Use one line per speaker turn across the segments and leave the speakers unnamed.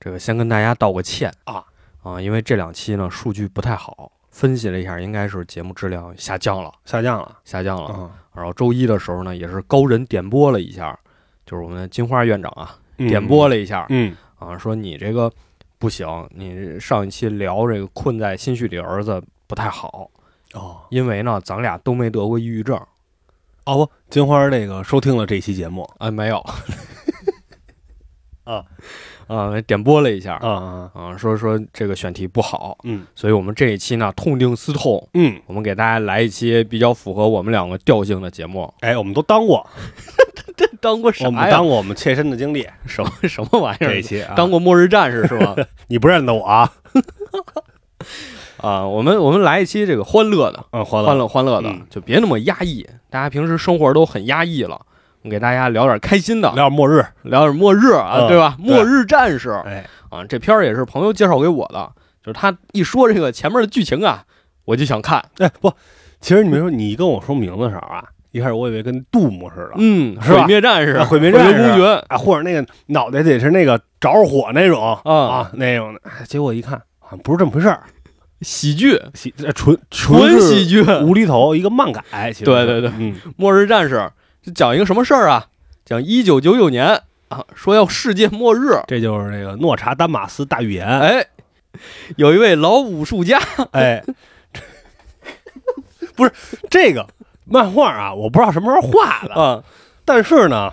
这个先跟大家道个歉
啊
啊，因为这两期呢数据不太好，分析了一下，应该是节目质量下降了，
下降了
下降了。
啊，
然后周一的时候呢，也是高人点拨了一下，就是我们的金花院长啊，
嗯
点拨，了一下、
嗯
啊，说你这个不行，你上一期聊这个困在心绪里儿子不太好，
哦
因为呢咱俩都没得过抑郁症，
哦不，金花那个收听了这期节目
哎，没有，
啊
啊，点拨了一下
啊啊，
啊，说说这个选题不好，
嗯
所以我们这一期呢痛定思痛，
嗯，
我们给大家来一期比较符合我们两个调性的节目。
哎，我们都当过，
当过
我们当过我们切身的经历，
什么 什么玩意
这
儿
一？期啊，
当过末日战士是 吗？
你不认得我啊？
啊，我们我们来一期这个欢乐的，
嗯，欢
欢
乐，
乐欢乐的
嗯，
就别那么压抑。大家平时生活都很压抑了，我们给大家聊点开心的，
聊点末日，
聊点末日啊，
嗯
对吧？
对
末日战士
哎，
啊，这片儿也是朋友介绍给我的，就是他一说这个前面的剧情啊，我就想看。
哎不，其实你没说，你跟我说名字的时候啊，一开始我以为跟杜牧似的，
嗯，
是吧
毁灭战士，
啊毁灭战士
公爵
啊，或者那个脑袋得是那个着火那种
啊，
啊那种的，哎结果一看好像不是这么回事儿，
喜剧，
喜呃纯
纯
是
喜剧，
无厘头一个漫改，其实
对对对，
嗯
末日战士，这讲一个什么事儿啊？讲一九九九年啊，说要世界末日。
这就是那个诺查丹马斯大预言，
哎，有一位老武术家，
哎， 不是这个漫画啊，我不知道什么时候画的，
啊，
但是呢，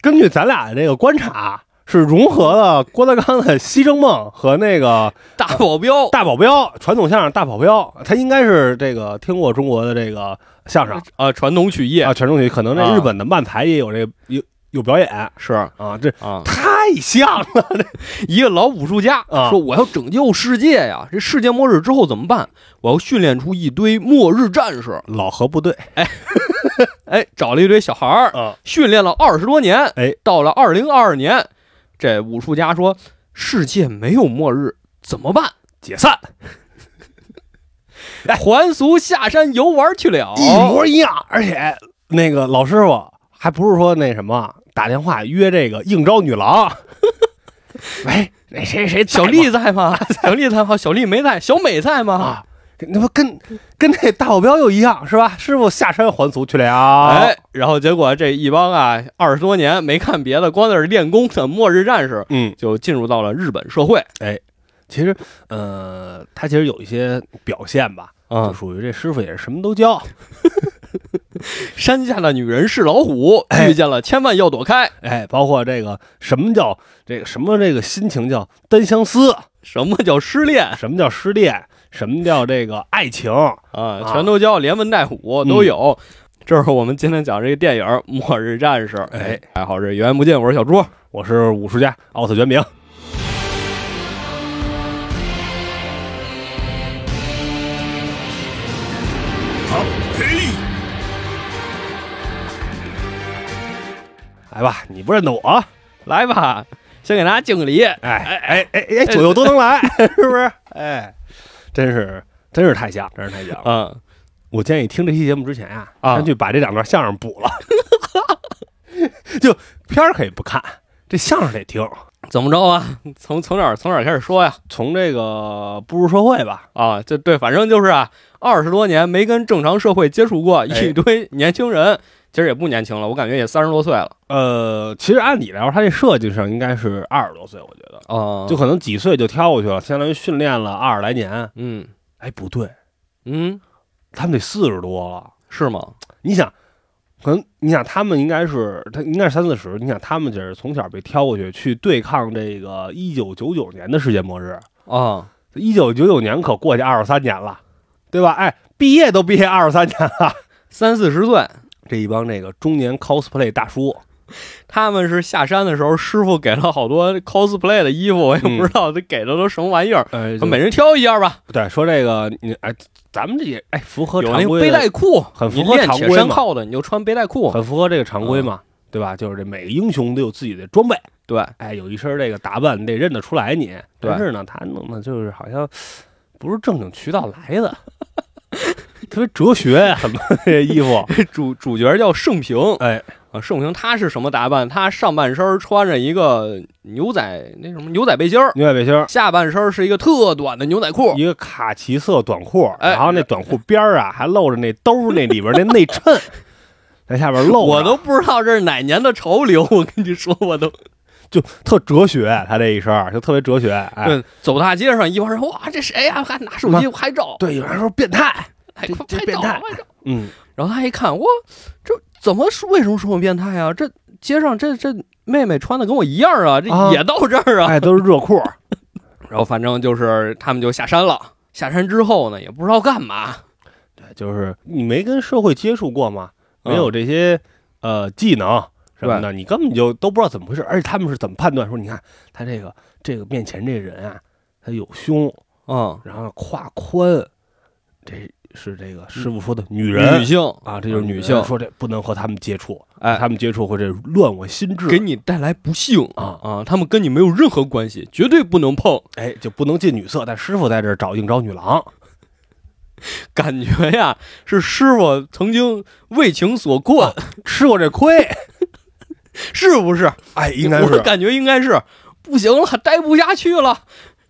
根据咱俩的这个观察，是融合了郭德纲的《西征梦》和那个
大保镖，
大保镖传统相声《大保镖》，他应该是这个听过中国的这个相声
啊，传统曲艺
啊，传统曲，可能
啊
那日本的漫才也有这个有有表演啊，
是啊，
这太像了，
一个老武术家
啊
说我要拯救世界呀，这世界末日之后怎么办？我要训练出一堆末日战士。
老何部队
哎，找了一堆小孩儿，
啊，
训练了二十多年，
哎，
到了二零二二年，这武术家说世界没有末日，怎么办？
解散
还俗下山游玩去了。
一模一样，而且那个老师傅还不是说那什么打电话约这个应招女郎， 喂，那谁谁在
小
吗
丽在吗？小丽在吗？小丽没在，小美在吗？
啊，这那不跟跟那大保镖又一样是吧？师傅下山还俗去了，
哎，，然后结果这一帮啊，二十多年没看别的，光在这练功的末日战士，
嗯，
就进入到了日本社会。
其实呃，他其实有一些表现吧，就
啊、
属于这师傅也是什么都教，
山下的女人是老虎，
哎
遇见了千万要躲开。
哎，包括这个什么叫这个什么这个心情叫单相思，
什么叫失恋
什么叫失恋，什么叫这个爱情，
啊？全都教，连文带武
嗯
都有。这是我们今天讲这个电影《末日战士》。
哎，
还好这源源不尽，我是小朱。
我是武术家奥特卷饼。来吧，你不认得我？
来吧，先给大家敬礼。
哎哎哎哎，左右都能 来，是不是？哎，真是真是太像，真是太像了。
嗯，
我建议听这期节目之前啊，
啊
先去把这两段相声补了。 就片儿可以不看，这相声得听。
怎么着啊？ 从从哪儿从哪儿开始说呀？
从这个步入社会吧，
啊，这对，反正就是啊，二十多年没跟正常社会接触过，
哎
一堆年轻人，其实也不年轻了，我感觉也三十多岁了。
呃，其实按理来说，他这设计上应该是二十多岁，我觉得，
啊
就可能几岁就挑过去了，相当于训练了二十来年。
嗯
哎，不对，
嗯，
他们得四十多了。
是吗？
你想，可能你想他们应该是他应该是三四十，你想他们就是从小被挑过去去对抗这个一九九九年的世界末日，
啊，
一九九九年可过去二十三年了，对吧？哎，毕业都毕业二十三年了，
三四十岁，
这一帮这个中年 cosplay 大叔，
他们是下山的时候，师傅给了好多 cosplay 的衣服，我也
嗯
不知道这给的都什么玩意儿，
呃，
每人挑一件吧。
对，说这个你哎，咱们这也哎符合
有
常
那个
规
背带
的，
裤，
很符
你
合
练
常
铁
规
山
嘛
靠的，你就穿背带裤。
很符合这个常
嗯
规嘛，对吧？就是这每个英雄都有自己的装备，
对，
哎，有一身这个打扮，你得认得出来你。
对
但是呢，他弄的就是好像不是正经渠道来的， 啊特别哲学呀、很多这些衣服。
主主角叫盛平，
哎
啊、啊，盛平他是什么打扮？他上半身穿着一个牛仔那什么牛仔背心儿，
牛仔背心儿，
下半身是一个特短的牛仔裤，
一个卡其色短裤，
哎
然后那短裤边儿啊还露着那兜儿那里边那内衬， 在下边露着，
我都不知道这是哪年的潮流。我跟你说，我都
就特哲学，啊他这一身儿就特别哲学。哎，
对走大街上，一帮人哇，这谁呀、还拿手机拍照，
对，有人说变态，
还
这
快
这
拍
变
照，
态
拍照。
嗯，
然后他一看，哇，这怎么说为什么说我变态啊？这街上这这妹妹穿的跟我一样啊，这
啊
也到这 儿啊。
哎，都是热裤，
然后反正就是他们就下山了。下山之后呢，也不知道干嘛，
就是你没跟社会接触过吗？没有
嗯
这些呃技能什么的，你根本就都不知道怎么回事。而且他们是怎么判断说，你看他这个这个面前这人啊，他有胸，
嗯，
然后胯宽，这是这个师傅说的女人
女性
啊，这就是
女
女
性
性。说这不能和他们接触，
哎
他们接触会这乱我心智
给，你带来不幸
啊
啊！他们跟你没有任何关系，绝对不能碰。
哎，就不能近女色。但师傅在这儿找应招女郎，
感觉呀，是师傅曾经为情所困，
哦吃过这亏，
是不是？
哎，应该
我
是，
感觉应该是不行了，待不下去了，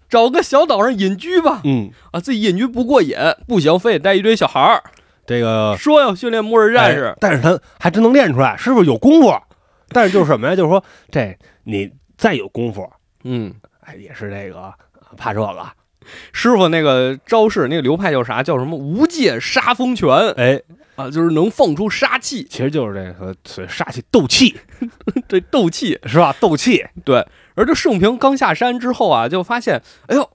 找个小岛上隐居吧。
嗯，
啊，自己隐居不过瘾，不行，非得带一堆小孩儿，
这个
说要训练末日战
嗯哎
士。
但是他还真能练出来，师傅有功夫。但是就是什么呀？ 就是说，这你再有功夫，
嗯，
哎，也是这个怕这个，
师傅那个招式，那个流派叫啥？叫什么？无界杀风拳
哎，
啊，就是能放出杀气，
其实就是这个所谓杀气斗气
这斗气。
是吧？斗气，
对，而这盛平刚下山之后啊，就发现，哎呦，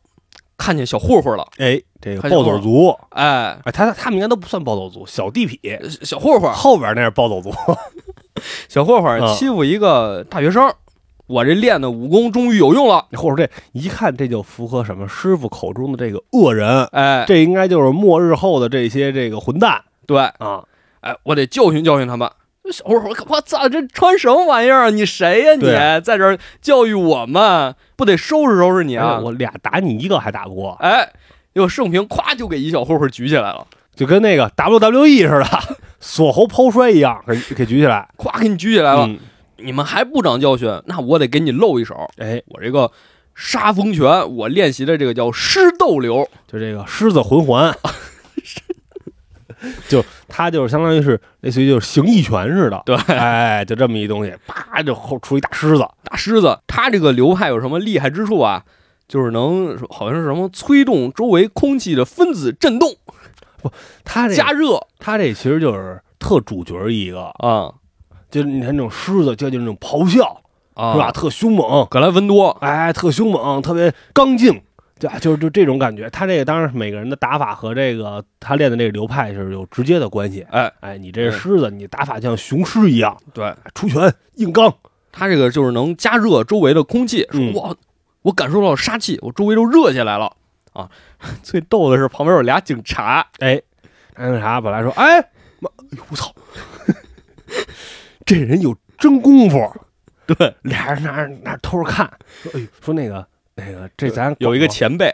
看见小混混了，
哎，这个
还有
暴走族，
哎，
哎，他他们应该都不算暴走族，小地痞
小混混，
后边那是暴走族，
小混混
嗯
欺负一个大学生，我这练的武功终于有用了，
或者这一看这就符合什么师傅口中的这个恶人，
哎，
这应该就是末日后的这些这个混蛋
对，
啊，
哎，我得教训教训他们。小混混，我操，这穿什么玩意儿啊？你谁呀、
对啊
你在这儿教育我们，不得收拾收拾你
哎
啊！
我俩打你一个还打不过，
哎，结果盛平咵就给一小混混举起来了，
就跟那个 WWE 似的， 锁喉抛摔一样，给给举起来
咵给你举起来了。
嗯，
你们还不长教训，那我得给你露一手。
哎，
我这个杀风拳，我练习的这个叫狮斗流，
就这个狮子魂环， 就他就是相当于是类似于就是形意拳似的，
对
哎，就这么一东西，啪就后出一大狮子，
大狮子。他这个流派有什么厉害之处啊？就是能好像是什么催动周围空气的分子振动、
他这
加热
他这其实就是特主角一个，
啊
就是你看那种狮子，就就是那种咆哮
啊，
是吧？？特凶猛，
格兰芬多，
哎，特凶猛，特别刚劲，就就就这种感觉。他这个当然是每个人的打法和这个他练的这个流派是有直接的关系。
哎，
哎，你这狮子，你打法像雄狮一样，
对
出拳硬刚，
他这个就是能加热周围的空气，说
嗯
哇，我感受到杀气，我周围都热起来了啊。 最逗的是旁边有俩警察，
哎，那啥，本来说，哎，妈，哎呦我操， 这人有真功夫。
对，
俩人拿着拿着偷着看，说，哎呦，说那个那个，这咱
有一个
搞
前辈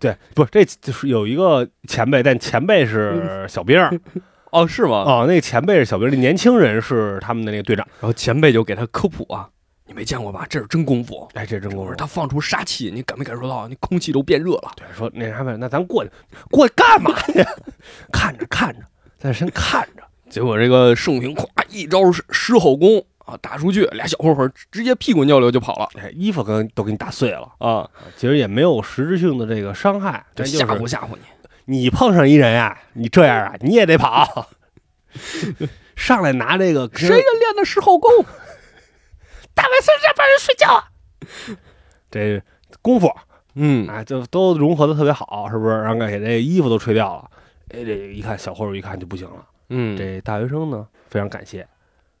对，不是这就是有一个前辈，但前辈
嗯
是小兵儿
哦，是吗？
哦，那个前辈是小兵儿，那年轻人是他们的那个队长。
然后前辈就给他科普啊，你没见过吧？这是真功夫。
哎，这真
我
功
说
夫。
他放出杀气，你感没感受到？你空气都变热了。
对，说那啥呗，那咱过去，过去干嘛去？ 看着看着，在那先看着，
结果这个盛平咵一招狮狮吼功啊打出去，俩小混混直接屁滚尿流就跑了
哎，衣服跟都给你打碎了，
啊！
其实也没有实质性的这个伤害。
这
但
吓
就是
唬吓唬你。
你碰上一人呀、你这样啊，你也得跑。 上来拿这个
谁呀练的狮吼 功？
大晚上让帮人睡觉啊？这功夫
嗯，
啊，就都融合的特别好，是不是？然后给这衣服都吹掉了。哎，这一看小混混一看就不行了。
嗯，
这大学生呢，非常感谢，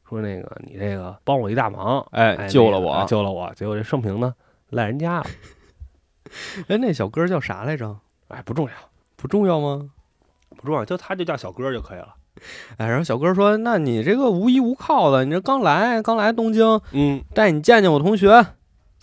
说那个你这个帮我一大忙，
哎
哎，
救了我
那个啊。救了我。结果这盛平呢，赖人家了。
哎，那小哥叫啥来着？
哎，不重要，
不重要吗？
不重要，就他就叫小哥就可以了。
哎，然后小哥说：“那你这个无依无靠的，你这刚来，刚来东京，
嗯，
带你见见我同学，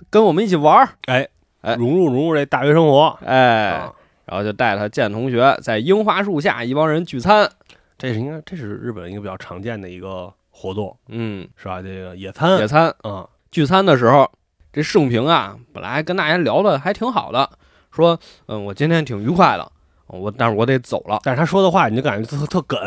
跟我们一起玩儿。哎
融入融入这大学生活。”
哎，
啊，
然后就带他见同学，在樱花树下一帮人聚餐。
这是应该这是日本一个比较常见的一个活动，
嗯，
是吧？这个野餐，
野餐
嗯
聚餐的时候，这盛平啊，本来跟大家聊的还挺好的，说，嗯，我今天挺愉快的，我但是我得走了，
但是他说的话你就感觉特特梗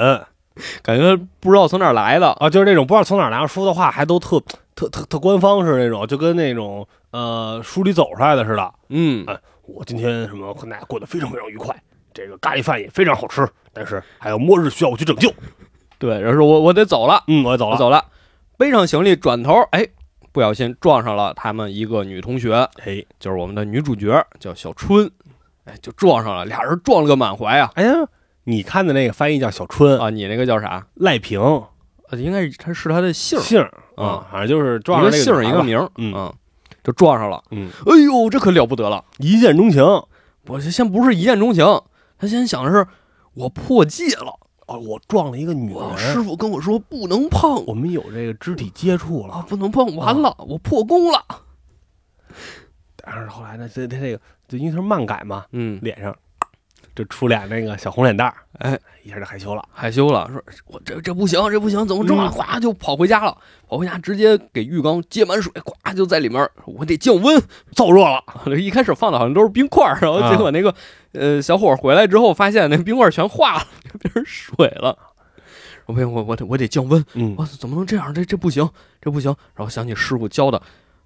感觉不知道从哪儿来的，
啊，就是那种不知道从哪儿来说的话，还都特特特特官方式那种，就跟那种呃书里走出来的似的。
嗯，
我今天什么和大家过得非常非常愉快，这个咖喱饭也非常好吃，但是还有末日需要我去拯救。
对，然后说我我得走了，
嗯，我也走
我
了。
走了，背上行李，转头，哎，不小心撞上了他们一个女同学，
嘿，
就是我们的女主角，叫小春，哎，就撞上了，俩人撞了个满怀啊，
哎呀，你看的那个翻译叫小春，
啊，你那个叫啥？
赖平
呃应该是他是他的姓儿，
姓儿
嗯
啊，反正就是
一
撞
个
上那
姓儿一
女
个
孩吧
名儿，
嗯
嗯，就撞上了，
嗯，
哎呦，这可了不得了。
一见钟情哦
我这先不是一见钟情，他先想的是我破戒了，
哦，我撞了一个女
我
人
师，傅跟我说不能碰
我们有这个肢体接触
啊
了，，
不能碰，完了、我破功了。
但是后来呢，这这这个就因为他是漫改嘛，
嗯，
脸上就出俩那个小红脸蛋儿，
哎，
一下就害羞了。
害羞了，说我这这不行，这不行，怎么这么
嗯
哗就跑回家了？跑回家直接给浴缸接满水，咵就在里面，我得降温。
燥热 了，
一开始放的好像都是冰块儿，然后
啊
结果那个、呃小伙儿回来之后，发现那冰块儿全化了，变成水了。我不行，我我得我得降温，
嗯
我怎么能这样？这这不行，这不行。然后想起师傅教的，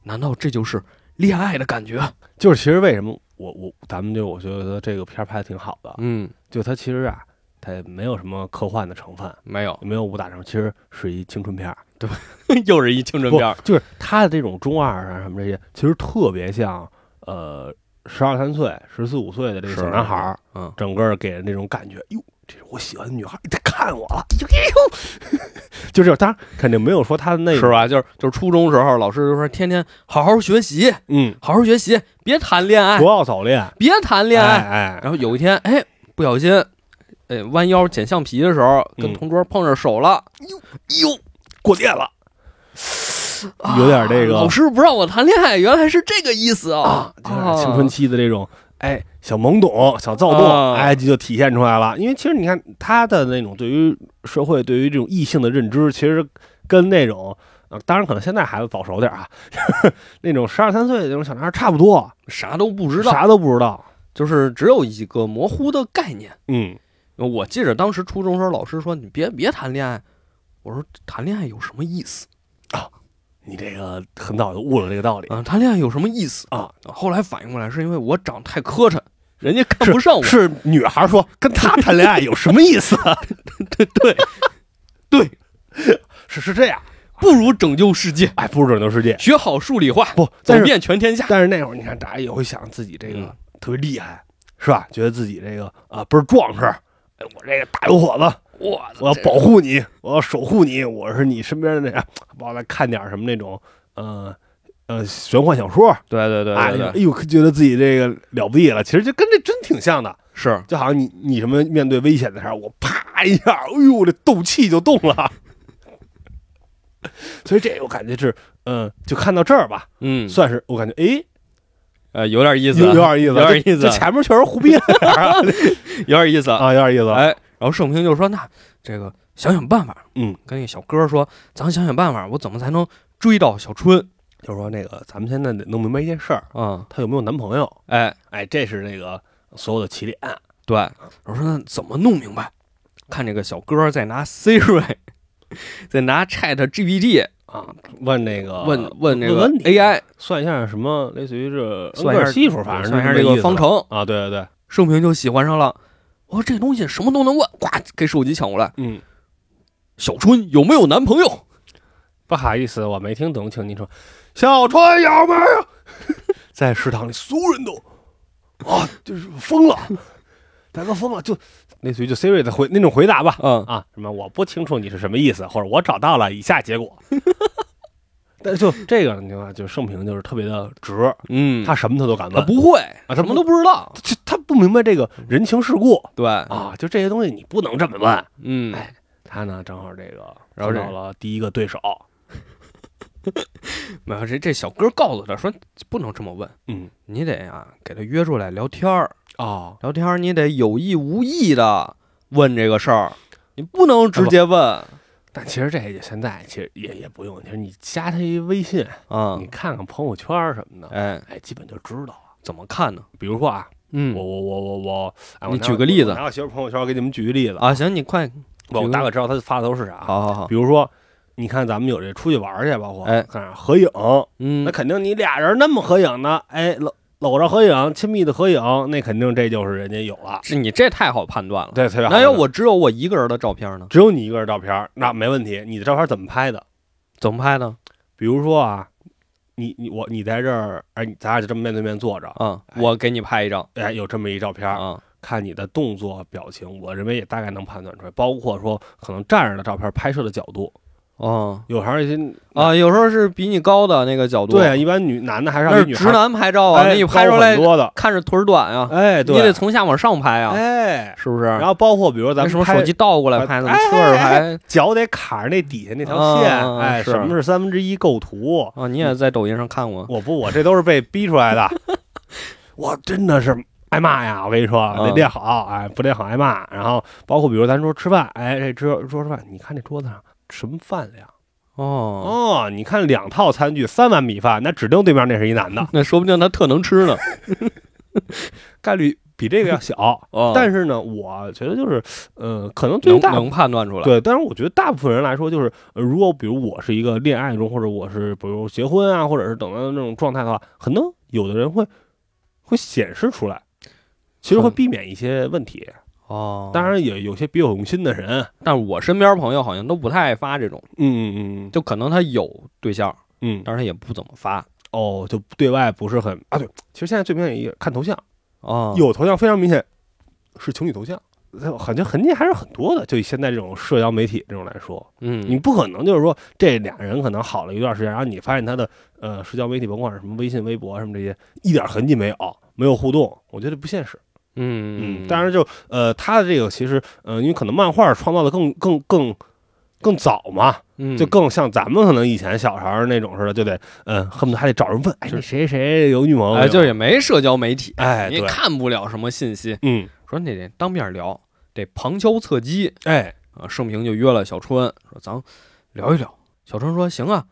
难道这就是恋爱的感觉？
就是其实为什么我我咱们就我觉得这个片儿拍的挺好的，
嗯，
就它其实啊，它也没有什么科幻的成分，
没有，
也没有武打成分，其实是一青春片儿，
又是一青春片儿。
不就是它的这种中二啊什么这些，其实特别像呃十二三岁、十四五岁的这个
是
小男孩儿，
嗯，
整个给人那种感觉，哟，这是我喜欢的女孩，她看我了，哎呦， 就这，当然肯定没有说他的那
是
种，
吧？就是就是初中时候，老师就说天天好好学习，
嗯，
好好学习，别谈恋爱
不，要早恋，
别谈哎恋爱。
哎哎，
然后有一天，哎，不小心，哎，弯腰捡橡皮的时候，跟
嗯
同桌碰上手了，
哟，过电了，有点这个
啊老师不让我谈恋爱，原来是这个意思啊！
就是青春期的这种，哎，小懵懂、小躁
啊
动，哎，就体现出来了。因为其实你看他的那种对于社会、对于这种异性的认知，其实跟那种，呃当然可能现在孩子早熟点儿啊， 那种十二三岁的那种小男孩差不多，
啥都不知道，
啥都不知道。
就是只有一个模糊的概念。
嗯，
我记着当时初中时候，老师说你别别谈恋爱，我说谈恋爱有什么意思
你这个很早就悟了这个道理。
啊？谈恋爱有什么意思
啊？
后来反应过来，是因为我长太磕碜，人家看不上我。
是女孩说跟他谈恋爱有什么意思？
对，对，
是是这样，
不如拯救世界，
哎，不是拯救世界，
学好数理化，
不，
走
但是
遍全天下。
但是那会儿你看，大家也会想自己这
嗯
个特别厉害，是吧？觉得自己这个啊倍儿壮实，哎，我这个大小伙子，
我
我要保护你，我要守护你，我是你身边的那 啥。往来看点什么那种，呃呃，玄幻小说，
对对对
哎
对
哎
对，
呦，觉得自己这个了不地了。其实就跟这真挺像的，
是
就好像你你什么面对危险的时候，我啪一下， 哎呦，我这斗气就动了。 所以这我感觉是，嗯、就看到这儿吧，
嗯
算是我感觉，哎，
呃有点意思，
有有点意思，
有点意思啊
这前面确实胡逼 了
有点意思。
啊，有点意思。
哎，然后盛平就说：“那这个想想办法。”
嗯，
跟那个小哥说：“咱想想办法，我怎么才能追到小春
就是说那个，咱们现在得弄明白一件事儿，
啊、
她有没有男朋友？
哎，
哎，这是那个所有的起点。
对，我说那怎么弄明白？看这个小哥在拿 Siri，在拿 Chat GPT
啊，问那个
问、问啊那个
问题
AI
算一下什么，类似于这
算一下
恩格尔系数，反正
算一下
是
这
么意
个
思
方程。
啊，对对对，
盛平就喜欢上了。我说这东西什么都能问，呱给手机抢过来。
嗯，
小春有没有男朋友？
不好意思，我没听懂，请您说，小川有没有？啊 在食堂里，所有人都啊，就是疯了，大哥疯了，就类似于就 Siri 的回那种回答吧，
嗯，
啊，什么我不清楚你是什么意思，或者我找到了以下 结果。但就这个，你知道吧，就盛平就是特别的直，
嗯，
他什么他都敢
他
问，
不会，
他
什么
不
都不啊嗯知道。
他他不明白这个人情世故
对，
啊，就这些东西你不能这么问。
嗯，
哎他呢，正好这个
然后
碰
这
到了第一个对手，
没有这这小哥告诉他说不能这么问，
嗯
你得啊给他约出来聊天儿，
哦，
聊天儿啊你得有意无意的问这个事儿，你不能直接问。
但其实这个现在其实也也不用，就是你加他一微信，
啊
你，看看朋友圈什么的，
哎，
哎，基本就知道了。
怎么看呢？
比如说啊，
嗯
我我我我我，哎我
你
拿
举个例子
我拿我媳妇朋友圈给你们举个例子，
啊，行，你快，
我大概知道她发的都是啥。
好好好，
比如说，你看咱们有这出去玩去，包括
哎
看合影，
嗯
那，肯定你俩人那么合影呢，哎，搂搂着合影，亲密的合影，那肯定这就是人家有了。
这你这太好判断了。
对，特别好
那要我只有我一个人的照片呢？
只有你一个人照片，那没问题。你的照片怎么拍的？
怎么拍呢？
比如说啊，你你我你在这儿，哎，你咱俩就这么面对面坐着，
啊，
哎
我给你拍一张
哎，有这么一照片，
啊，
看你的动作表情，我认为也大概能判断出来，包括说可能站着的照片拍摄的角度，
哦
有还是一些
啊，有时候是比你高的那个角度，
对，，一般女男的还是
那
让
是
女
直
孩
男拍照啊，
哎
那你拍
高
出来
很多的，
看着腿儿短啊，
哎，
你
对，
得从下往上拍啊，
哎，
是不是？
然后包括比如咱
那
们
什么
拍
手机倒过来拍，
哎
怎么侧着拍？
脚得卡着那底下那条
啊
线，
啊啊
哎，
是
什么是三分之一构图？
啊，你也在抖音上看过？
我不，我这都是被逼出 来的。我真的是挨骂呀！我跟你说，得
嗯
练好，哎，不练好挨骂。然后包括比如咱说吃饭，哎，这桌桌吃饭，你看这桌子上什么饭量？
哦，
哦，你看两套餐具，三碗米饭，那指定对面那是一 男的，
那说不定他特能吃呢。。
概率比这个要小
哦，
但是呢，我觉得就是，呃，可能对于
能
大部分
能判断出来。
对，但是我觉得大部分人来说，就是、呃如果比如我是一个恋爱中，或者我是比如结婚啊，或者是等到那种状态的话，可能有的人会会显示出来，其实会
很
避免一些问题。
哦，
当，然也有些别有用心的人，
但我身边朋友好像都不太爱发这种，
嗯嗯嗯
就可能他有对象，
嗯，
但是他也不怎么发。
哦，就对外不是很啊。对，其实现在最明显也看头像，
哦，
有头像非常明显是情侣头像。呃好像痕迹还是很多的，就以现在这种社交媒体这种来说，你
嗯，
不可能就是说这俩人可能好了一段时间，然后你发现他的呃社交媒体，甭管是什么微信、微博什么这些，一点痕迹没有，没有互动，我觉得不现实。
嗯嗯，
当然就呃他的这个其实呃因为可能漫画创造的更更更更早嘛，
嗯
就更像咱们可能以前小时候那种似的，就得嗯、呃恨不得还得找人问，哎
是
你谁谁有女朋友没有？
哎，就是也没社交媒体，
哎
你也
对，
看不了什么信息。
嗯
说你得当面聊，得旁敲侧击
哎
啊。盛平就约了小春，说咱聊一聊。小春说行啊，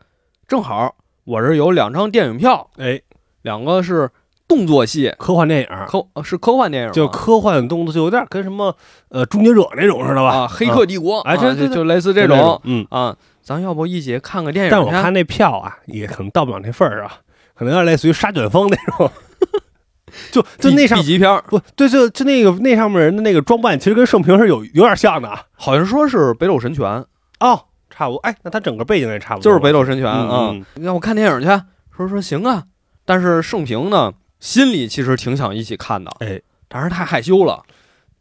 正好我这儿有两张电影票，
哎
两个是动作戏，
科幻电影。
科呃是科幻电影吗，
就科幻动作，就有点跟什么呃《终结者》那种似的吧，
啊，《黑客帝国》
哎
啊
对对
就
对
就类似
就
这
那
种
嗯，
啊。咱要不一起看个电影？
但我看，那票啊，也可能到不了那份儿啊，可能有点类似于沙卷风那种， 就就那上
B 级片儿，
不对，就就那个那上面人的那个装扮，其实跟盛平是有有点像的啊。
好像说是《北斗神拳》，
哦，差不多，哎，那他整个背景也差不多，
就是《北斗神拳》啊。
嗯，嗯
要不看电影去？说说行啊，但是盛平呢，心里其实挺想一起看的，
哎，
但是太害羞了，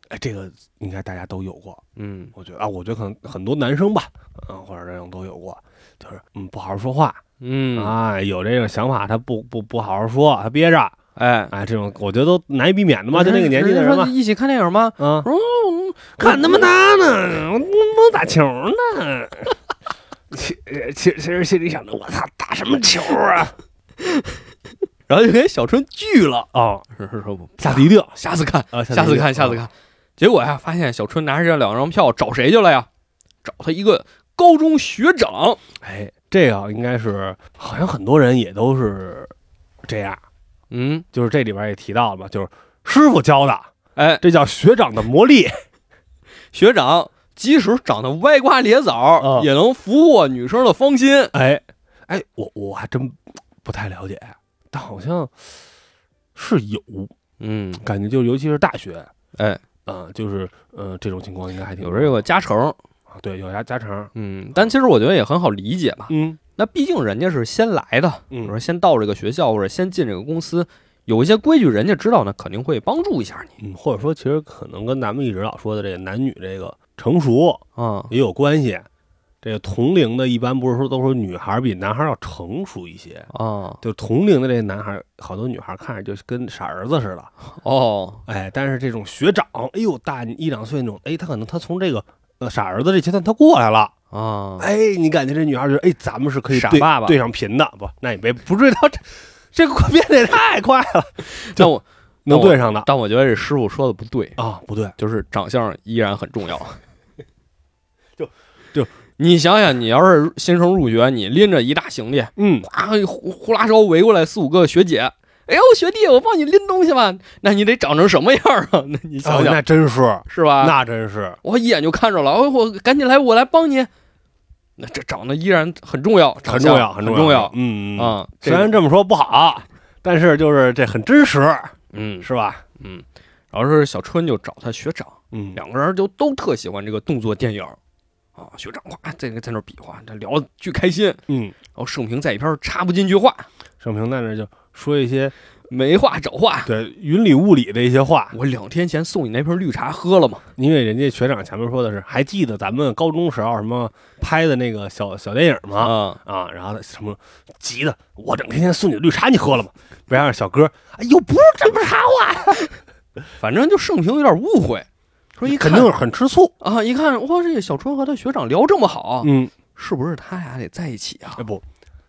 哎，这个应该大家都有过，
嗯，
我觉得啊，我觉得可能很多男生吧，嗯，或者这种都有过，就是嗯不好好说话
嗯，
啊，有这种想法他不不不好好说，他憋着，
哎，
哎，这种我觉得都难以避免的嘛，就那个年纪的
人
人
家
嘛
说，一起看电影吗？
啊，
我说嗯
看他妈他呢，我他妈打球 呢。其其其实心里想着，我操，打什么球啊？
然后就给小春拒 了，
哦，
说说不，
下次一定
下次看，
啊，
下次看，下次看。结果呀，发现小春拿着这两张票找谁去了呀？找他一个高中学长。
哎，这个应该是好像很多人也都是这样，
嗯，
就是这里边也提到了嘛，就是师傅教的，
哎，
这叫学长的磨砺。
学长即使长得歪瓜裂枣，
嗯
也能俘获女生的芳心。
哎哎，我我还真不太了解，但好像是有
嗯，
感觉，就尤其是大学，
哎，
啊、就是呃这种情况应该还挺
有这个加成。
啊，对，有加加成。
嗯，但其实我觉得也很好理解吧。
嗯
那毕竟人家是先来的，比如
嗯
说先到这个学校或者先进这个公司，有一些规矩人家知道呢，肯定会帮助一下你。
嗯，或者说，其实可能跟咱们一直老说的这个男女这个成熟
啊、
也有关系。这个同龄的，一般不是说都说女孩比男孩要成熟一些，
啊、
就同龄的这男孩，好多女孩看着就跟傻儿子似的。
哦，
哎，但是这种学长，哎呦，大你一两岁那种，哎，他可能他从这个呃傻儿子这阶段他过来了，
啊，
哎，你感觉这女孩觉得，哎，咱们是可以
傻
对
爸爸
对上频的，不，那你别不至于到这，这个变得也太快了，
但我
能对上的
但我觉得这师傅说的不对，
啊，不对，
就是长相依然很重要。你想想，你要是新生入学，你拎着一大行李，
嗯，
哗呼呼啦烧围过来四五个学姐，哎呦学弟，我帮你拎东西吧，那你得长成什么样啊？那你
哦
想啊想、
那真是，
是吧？
那真是，
我一眼就看着了，哎，我赶紧来，我来帮你。那这长得依然很重要，
很
长
重
相
要，
很
重
要
嗯，嗯
啊。
虽然
这
这么说不好，但是就是这很真实，
嗯
是吧？
嗯，然后是小春就找他学长，
嗯，
两个人就都特喜欢这个动作电影啊。学长哗在那在那比划，这聊得巨开心。然
嗯，
后盛平在一边插不进去话，
盛平在那就说一些
没话找话。
对云里雾里的一些话，
我两天前送你那瓶绿茶喝了吗？
因为人家学长前面说的是，还记得咱们高中时候什么拍的那个小小电影吗？
啊，
啊，然后什么急的，我整天天送你绿茶，你喝了吗？别让小哥，哎呦，不是这么茶话，
反正就盛平有点误会，说一
肯
看
定是很吃醋。
啊，一看哇，这小春和他学长聊这么好，
嗯，
是不是他俩得在一起啊？
哎不，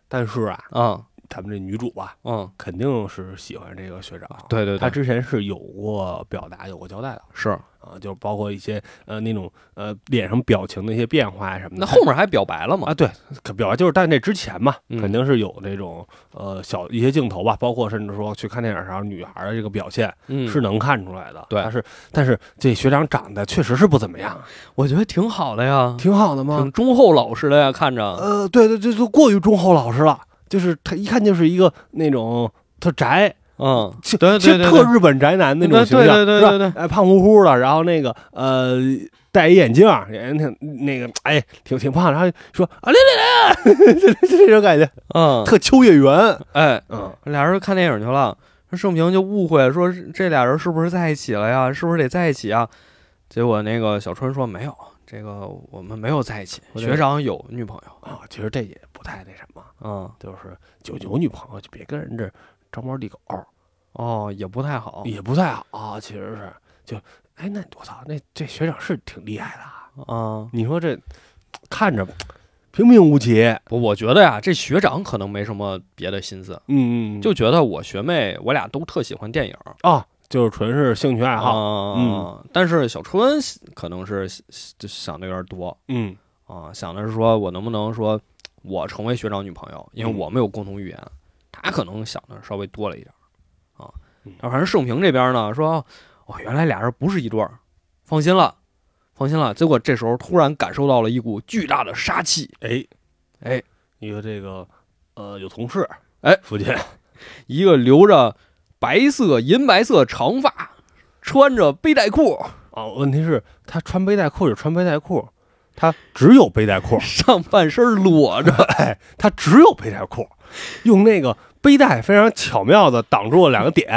但是啊，
啊，
咱们这女主吧，
嗯，
肯定是喜欢这个学长，
对对
她
对，
之前是有过表达，有过交代的
是。
啊，就包括一些呃那种呃脸上表情的一些变化啊呀什么的。
那后面还表白了嘛？
啊，对，可表达就是，但这之前嘛，
嗯
肯定是有这种呃小一些镜头吧，包括甚至说去看电影时候女孩的这个表现
嗯
是能看出来的。
对
但是但是这学长长得确实是不怎么样，
我觉得挺好的呀，
挺好的嘛
挺。忠厚老实的呀，看着。
呃，对对，这就过于忠厚老实了，就是他一看就是一个那种特宅，
嗯，
其
对
其
对
实
对，
特日本宅男那种
对
形
对
象，
对对
是吧
对
哎，胖乎乎的，然后那个呃，戴一眼镜儿，人挺那个，哎，挺挺胖，然后说啊，来来来，就就这种感觉，
嗯，
特秋叶原，
哎，
嗯，
俩人看电影去了，说盛平就误会说是这俩人是不是在一起了呀？是不是得在一起啊？结果那个小春说没有，这个我们没有在一起，
我得
学长有女朋友。
啊，其实这也不太那什么，
嗯，
就是九九女朋友就别跟人这张猫递狗，
哦，也不太好
也不太好、啊，其实是就，哎，那我操，那这学长是挺厉害的啊，
啊。
你说这看着平平无奇，
不，我觉得呀，这学长可能没什么别的心思，
嗯嗯，
就觉得我学妹我俩都特喜欢电影。
啊，就是纯是兴趣爱好，
啊、
嗯，
但是小春可能是就想的有点多
嗯
啊，想的是说我能不能说我成为学长女朋友，因为
嗯
我们有共同语言。他可能想的稍微多了一点儿啊
嗯，
但反正盛平这边呢说，哦，原来俩人不是一对儿，放心了，放心了。结果这时候突然感受到了一股巨大的杀气，
哎
哎，
一个这个呃有同事
哎
附近
一个留着白色银白色长发，穿着背带裤，，
啊，问题是他穿背带裤是穿背带裤，他只有背带裤
上半身裸 着，
哎，他只有背带裤，用那个背带非常巧妙的挡住了两个点，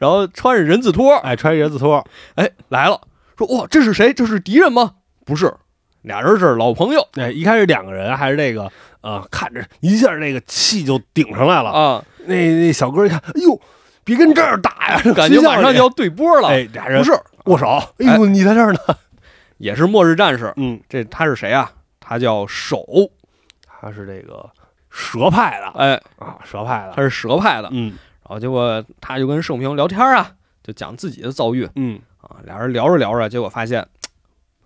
然后穿着人字拖，
哎，穿一人字拖，
哎，来了，说哇，这是谁？这是敌人吗？不是，俩人是老朋友
哎，一开始两个人还是这个呃，看着一下这个气就顶上来了，
啊，
那那小哥一看，哎呦，别跟这儿打呀，
感 觉马上就
要
要对波了。
哎，俩人
不是，
握手，哎呦，你在这儿呢，
也是末日战士。
嗯，
这他是谁啊？他叫手，
他是这个蛇派的
哎，
啊，蛇派
他
的，
是蛇派的。
嗯
然后结果他就跟盛平聊天啊，就讲自己的遭遇
嗯，
啊。俩人聊着聊着，结果发现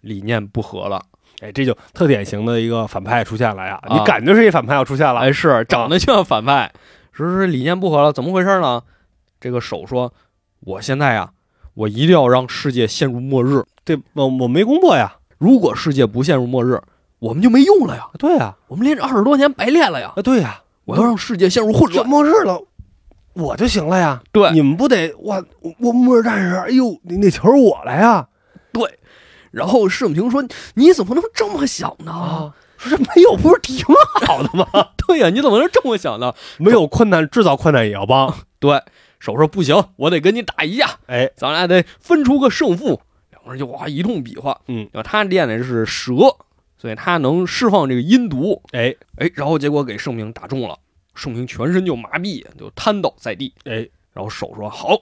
理念不合了。
哎，这就特典型的一个反派出现了呀！
啊
你感觉是一反派要出现了，
哎，是长得就像反派，说是理念不合了，怎么回事呢？这个手说，我现在呀，我一定要让世界陷入末日。
对，我我没工作呀，
如果世界不陷入末日，我们就没用了呀，
对呀，
我们练这二十多年白练了呀。
啊对呀，
我要让世界陷入混
这
乱。
末日了，我就行了呀。
对
你们不得哇，我我末日战士，哎呦，你那球我来呀！
对，然后盛平说：“你怎么能这么想呢？”
啊，说这没有不是挺好的吗？
对呀、你怎么能这么想呢？
没有困难，制造困难也要帮。
对手说：“不行，我得跟你打一架，
哎，
咱俩得分出个胜负。”两个人就哇一通比划。
嗯，
他练的是蛇，所以他能释放这个阴毒。
哎，
哎，然后结果给盛平打中了，盛平全身就麻痹，就瘫倒在地。
哎，
然后手说：“好，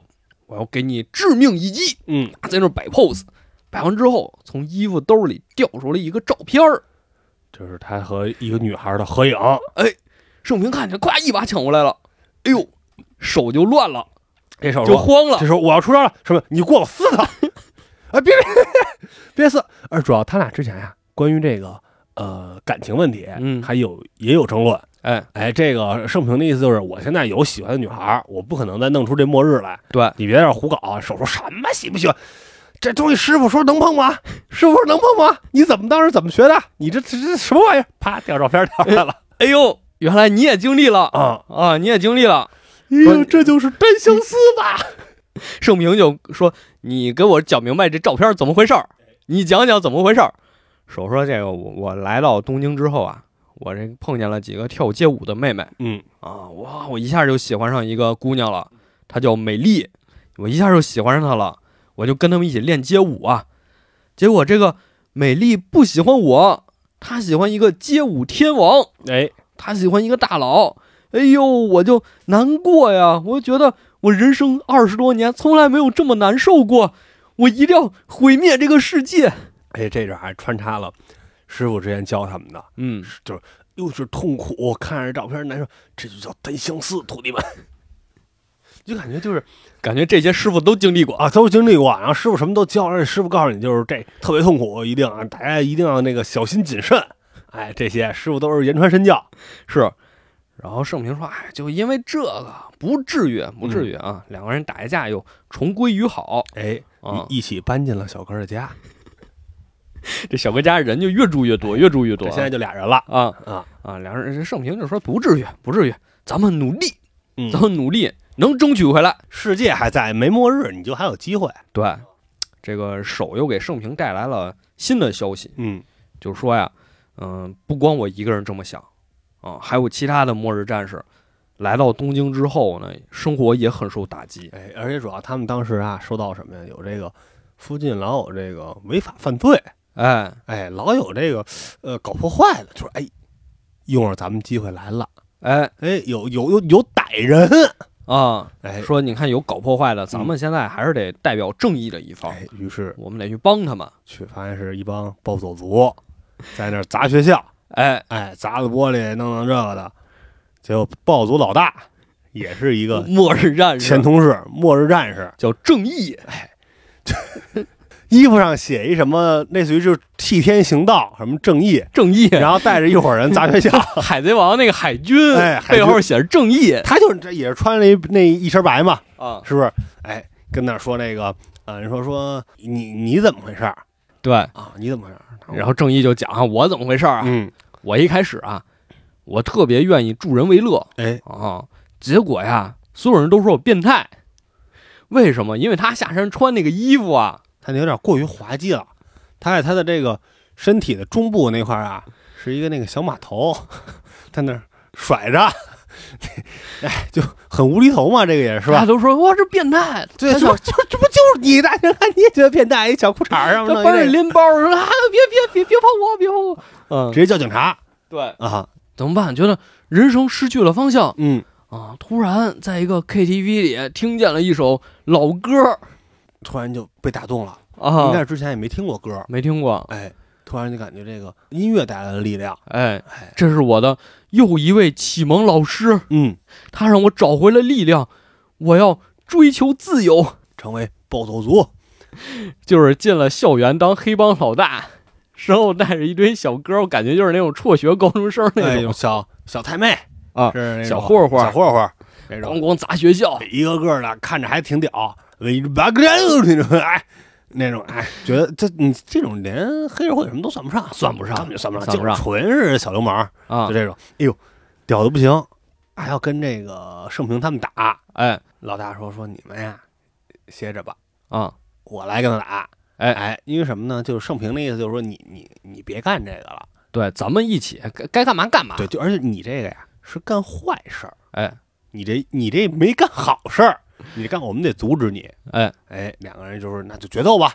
我要给你致命一击。”
嗯，
在那儿摆 pose，摆完之后，从衣服兜里掉出来一个照片儿。
这是他和一个女孩的合影。
盛平看见，咵一把抢过来了，哎呦，手就乱了，
这手
就
说，
慌了
这。时候我要出招了，什么？你过我 撕他！哎，别别别别撕！而主要他俩之前呀、关于这个呃感情问题，
嗯
还有也有争论。
哎，
哎，这个盛平的意思就是，我现在有喜欢的女孩儿，我不可能再弄出这末日来。
对，
你别在这儿胡搞啊，手说什么喜不喜欢？这东西师傅说能碰吗？师傅说能碰吗？你怎么当时怎么学的？你这这这什么玩意儿？啪，掉照片掉出来了
哎呦，原来你也经历了
啊！
啊，你也经历了。
哎呦，这就是真相思吧？
盛平就说：“你给我讲明白这照片怎么回事儿，你讲讲怎么回事儿。”手说：“这个我我来到东京之后啊，我这碰见了几个跳街舞的妹妹
嗯，
啊，哇，我一下就喜欢上一个姑娘了，她叫美丽，我一下就喜欢上她了，我就跟她们一起练街舞啊。结果这个美丽不喜欢我，她喜欢一个街舞天王，
哎，
他喜欢一个大佬，哎呦，我就难过呀！我就觉得我人生二十多年从来没有这么难受过，我一定要毁灭这个世界。
哎，这阵儿还穿插了师傅之前教他们的，
嗯，
就是又是痛苦，看着照片难受，这就叫单相思，徒弟们。 就感觉就是
感觉这些师傅都经历过。
啊，都经历过，然后师傅什么都教，而且师傅告诉你，就是这特别痛苦，一定啊，大家一定要那个小心谨慎。哎，这些师傅都是言传身教。
是，然后盛平说：“哎，就因为这个不至于，不至于
嗯
啊！两个人打一架又重归于好
哎，
啊。
一起搬进了小哥的家，
这小哥家人就越住越多，越住越多
这
啊。
现在就俩人了
啊
啊。
啊，两人盛平就说：不至于，不至于，咱们努力，
嗯
咱，们努力，能争取回来。”
世界还在，没末日，你就还有机会。
对，这个手又给盛平带来了新的消息，
嗯，
就是说呀，嗯、不光我一个人这么想，啊，还有其他的末日战士来到东京之后呢，生活也很受打击。
哎，而且主要他们当时啊，受到什么呀？有这个附近老有这个违法犯罪，
哎，
哎，老有这个呃搞破坏的，就是哎，用上咱们机会来了，
哎
哎，有有有有歹人，
啊，
哎，嗯
说你看有搞破坏的，咱们现在还是得代表正义的一方，
哎，于是
我们得去帮他们。
去发现是一帮暴走族在那儿砸学校，
哎，
哎，砸了玻璃，弄弄这个的，结果暴走族老大也是一个
末日战士啊
前同事，末日战士，
叫正义，
衣服上写一什么，类似于就是替天行道，什么正义，
正义，
然后带着一伙人砸学校，
海贼王那个海军，
哎海
背
军
后写着正义
他就是这也是穿了一那一身白嘛，
啊，
是不是？哎，跟那儿说那个，呃，人说说你你怎么回事儿
对。
啊？你怎么回事儿？
然后正义就讲啊，我怎么回事儿啊？
嗯，
我一开始啊，我特别愿意助人为乐
哎，
啊，结果呀，所有人都说我变态，为什么？因为他下身穿那个衣服啊，
他有点过于滑稽了，他在他的这个身体的中部那块儿啊，是一个那个小马头，在那儿甩着， 哎，就很无厘头嘛，这个也是
大家
吧？
都说哇，这变态，
对，
他
就
小
就这不就是你大家看你也觉得变态，一小裤衩儿啊上
他帮
面弄
着
一那个
拎包说啊，别别别别碰我，别碰我，嗯
直，接叫警察
对，
啊，
怎么办？觉得人生失去了方向
嗯，
啊！突然在一个 KTV 里听见了一首老歌
突然就被打动了，应该
啊，
是之前也没听过歌，
没听过，
哎，突然就感觉这个音乐带来的力量，
哎，
哎，
这是我的又一位启蒙老师。
嗯，
他让我找回了力量，我要追求自由，
成为暴走族，
就是进了校园当黑帮老大，身后带着一堆小哥，我感觉就是那种辍学高中生那
哎，
种，
小小太妹
啊
是那
小
种
混混哦
小混混这种
咣。咣砸学校，
一个个的看着还挺屌，一八个那种哎，那种哎，觉得这你这种连黑社会什么都算不上，
算不上
根本就算不上，
算不上
就是纯是小流氓，
啊
就，这种，哎呦，屌的不行，还要跟这个盛平他们打。
哎
老大说说你们呀，歇着吧，
啊，
我来跟他打。
哎
哎，因为什么呢？就是盛平的意思就是说你你你别干这个了，
对，咱们一起该该干嘛干嘛，
对，就而且你这个呀是干坏事儿，
哎
你这你这没干好事儿，你干我们得阻止你。
哎，
哎，两个人就是那就决斗吧。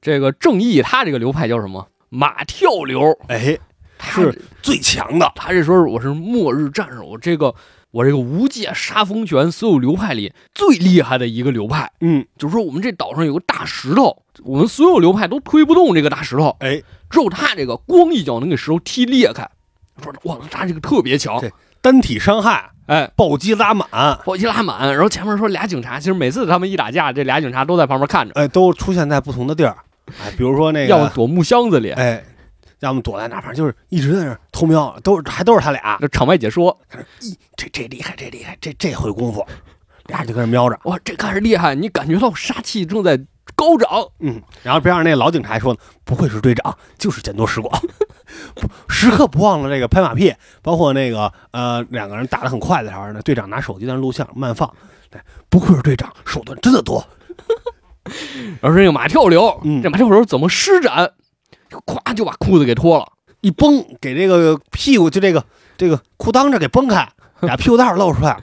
这个正义他这个流派叫什么？马跳流，
哎，
他
是最强的。
他这说我是末日战士，我这个我这个无界杀风拳所有流派里最厉害的一个流派。
嗯，
就是说我们这岛上有个大石头，我们所有流派都推不动这个大石头，
哎，
只有他这个咣一脚能给石头踢裂开。说哇，他这个特别强
对，单体伤害，
哎，
暴击拉满，
暴击拉满。然后前面说俩警察，其实每次他们一打架，这俩警察都在旁边看着，
哎，都出现在不同的地儿。哎，比如说那
要么
个，
躲木箱子里，
哎，要么躲在那儿，反正就是一直在那儿偷瞄，都是还都是他俩，
那场外解说，
这这厉害，这厉害，这这会功夫，俩人就搁那瞄着，
哇，这开始厉害，你感觉到杀气正在高涨，
嗯，然后边上那老警察还说呢，不愧是队长，就是见多识广， 不时刻不忘了这个拍马屁，包括那个呃两个人打得很快的时候呢，队长拿手机在那录像慢放，对，不愧是队长，手段真的多，
然后说这个马跳流，
嗯
这马跳流怎么施展？就咵就把裤子给脱了，
一崩给这个屁股就这个这个裤裆这给崩开，俩屁股蛋儿露出来，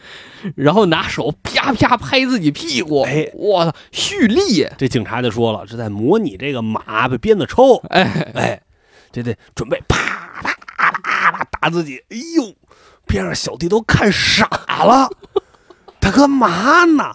然后拿手啪啪拍自己屁股
哎，
我操，蓄力，
这警察就说了，这在模拟这个马被鞭子抽，
哎，
哎，这得准备啪啪啪啪打自己。哎呦，边上小弟都看傻了，他干嘛呢？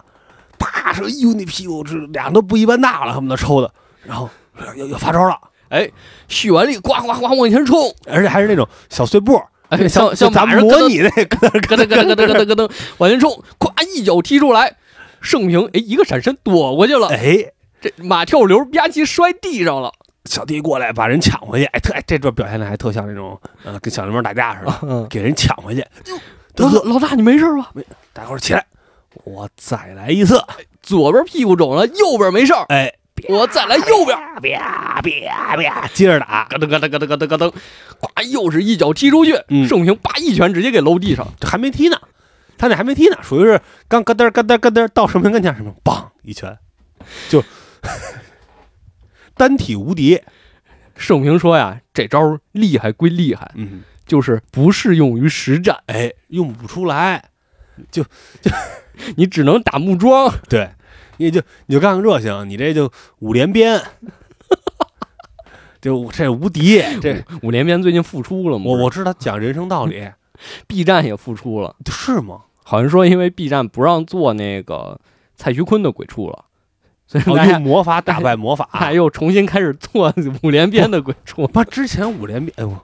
啪说，哎呦，你屁股这俩人都不一般大了，恨不得抽的。然后要要发招了，
哎，蓄完力，呱呱呱往前冲，
而且还是那种小碎步，
哎，像
就
像
咱
马
们
上
模
咯噔
拟那个
咯噔咯噔咯噔咯噔咯噔往前冲，咵一脚踢出来，盛平哎一个闪身躲过去了，
哎。
这马跳流吧唧摔地上了，
小弟过来把人抢回去，哎，特哎这段表现的还特像那种，呃，跟小流氓打架似的，
嗯，
给人抢回去。
老
得得，
老大你没事吧？
大伙儿起来，我再来一次。
左边屁股肿了，右边没事儿，
哎，
我再来右边，
啪啪啪，接着打，
咯噔咯噔咯噔咯噔咯噔，咵又是一脚踢出去
嗯，
盛平叭一拳直接给搂地上，
这还没踢呢，他那还没踢呢，属于是刚咯噔咯噔咯噔到什么跟前什么，梆一拳，就单体无敌。
盛平说呀，这招厉害归厉害，
嗯，
就是不适用于实战，
哎，用不出来，
你只能打木桩，
对，你就你就干个这行，你这就五连鞭，就这无敌。这
五连鞭最近复出了嘛，
我我知道他讲人生道理，
B 站也复出了。
是吗？
好像说因为 B 站不让做那个蔡徐坤的鬼畜了，所以
哦，
大
用
家、
魔法打败魔
大家
法。
又重新开始做五连鞭的鬼 畜。
妈，之前五连鞭，哎呦，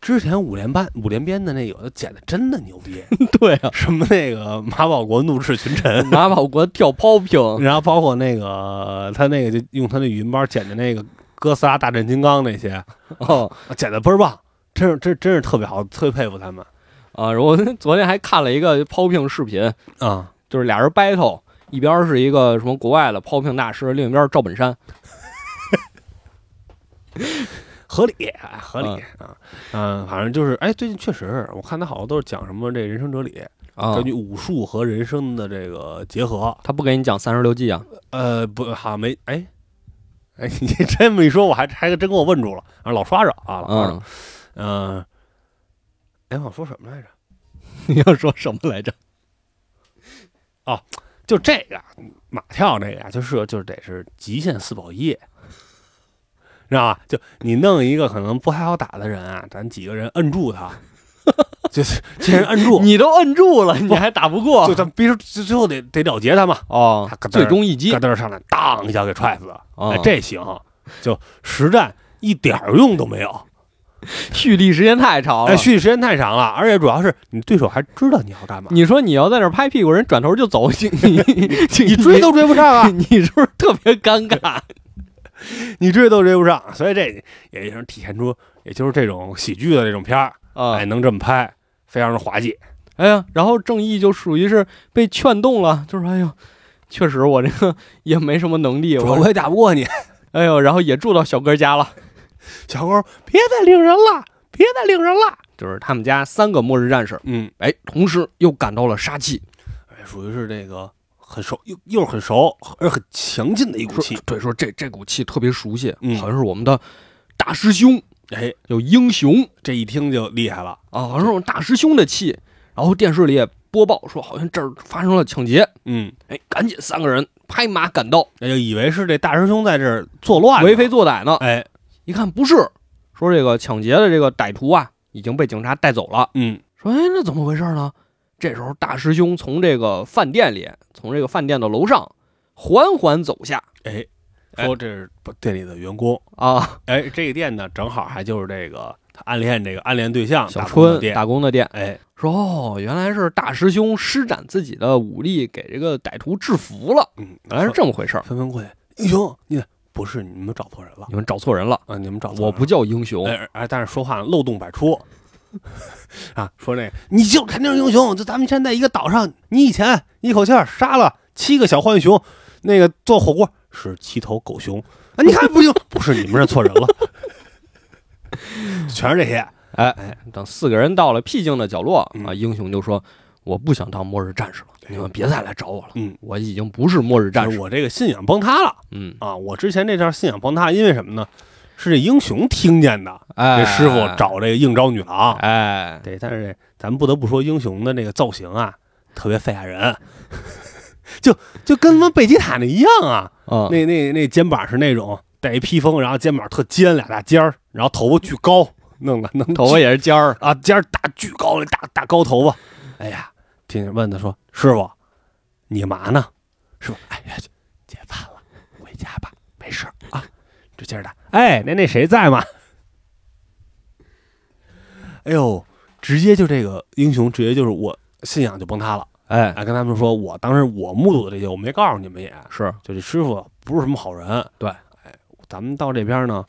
之前五连鞭五连鞭的那有的剪的真的牛逼。
对啊，
什么那个马保国怒斥群臣，
马保国跳 popping，
然后包括那个他那个就用他那语音包剪的那个哥斯拉大战金刚那些，啊
哦
剪的倍儿棒，真是真真是特别好，特别佩服他们
啊！我昨天还看了一个 popping 视频，
啊！
就是俩人 battle，一边是一个什么国外的 popping 大师，另一边是赵本山。
合理，哎合理啊，嗯，反正就是，哎，最近确实，我看他好多都是讲什么这人生哲理，
啊
根，据武术和人生的这个结合。
他不给你讲三十六计啊？
呃，不，好像没，哎，哎， 你这么一说，我还还真给我问住了，啊，老刷着啊，老刷着，
嗯，
嗯，哎，我想说什么来着？
你要说什么来着？
就这个马跳这个呀，就是就是得是极限四宝一，知道吧？就你弄一个可能不太好打的人啊，咱几个人摁住他，就是这人摁 住，
你都摁住了，你还打不过
就咱必须最最后得得了结他嘛，
哦
他咯噔，
最终一击
咯噔上来，当一下给踹死了，
啊
哎，，这行，就实战一点儿用都没有，
蓄力时间太长了
哎，。蓄力时间太长了，而且主要是你对手还知道你要干嘛，
你说你要在那儿拍屁股，人转头就走，你你
你追都追不上啊，
你你是不是特别尴尬？
你追都追不上，所以这也就是体现出，也就是这种喜剧的这种片儿，
啊
哎，，能这么拍，非常的滑稽。
哎呀，然后郑毅就属于是被劝动了，就是哎呦，确实我这个也没什么能力，
我
我
也打不过你，
哎呦，然后也住到小哥家了，
小郭，别再令人了，别再令人了。
就是他们家三个末日战士，
嗯，
哎，同时又感到了杀气，
哎属于是这个很熟，又又是很熟，而且很强劲的一股
说
气。
对，说这这股气特别熟悉，
嗯
好像是我们的大师兄，
哎，
有英雄
这一听就厉害了。
啊，好像是我们大师兄的气，然后电视里也播报说好像这儿发生了抢劫，
嗯，
哎，赶紧三个人拍马赶到，
那就哎以为是这大师兄在这儿作乱呢，
为非作歹呢。
哎，
一看不是，说这个抢劫的这个歹徒啊，已经被警察带走了。
嗯，
说，哎，那怎么回事呢？这时候大师兄从这个饭店里，从这个饭店的楼上缓缓走下
哎，
哎
说这是店里的员工。
啊，
哎，这个店呢，正好还就是这个他暗恋这个暗恋对象
小
打工的
春
店。
打工的店。
哎，
说，哦，原来是大师兄施展自己的武力给这个歹徒制服了，
嗯，啊
原来是这么回事儿。
纷纷过去，英雄，你不是，你们找错人了
你们找错人了，
啊！你们找错人了
我不叫英雄，
哎哎，但是说话漏洞百 出啊！说这你就肯定是英雄，就咱们现在一个岛上，你以前一口气儿杀了七个小浣熊，那个做火锅是七头狗熊啊！你看不行，不是你们认错 人了，全是这 些。
等四个人到了僻静的角落啊，
嗯
英雄就说：“我不想当末日战士了，你们别再来找我了，
嗯，
我已经不是末日战
但
士。
是我这个信仰崩塌了
嗯，
啊！我之前这条信仰崩塌，因为什么呢？是这英雄听见的，
哎，
这师傅找这个应招女郎，
哎，
对，但是咱不得不说，英雄的那个造型啊，特别赛亚人， 就就跟他妈贝吉塔那一样啊，
嗯，
那那那肩膀是那种带一披风，然后肩膀特尖，俩大尖儿，然后头发巨高，弄个弄个
头发也是尖儿，
啊尖儿大巨高，大大高头发。哎呀，听见问他说：“师傅，你嘛呢？”师傅，哎呀，解饭了，回家吧，没事儿啊。这劲儿大，哎，那那谁在吗？哎呦，直接就这个英雄，直接就是我信仰就崩塌了。
哎，
哎，跟他们说，我当时我目睹的这些，我没告诉你们也，
是
就这师傅不是什么好人。
对
哎，咱们到这边呢，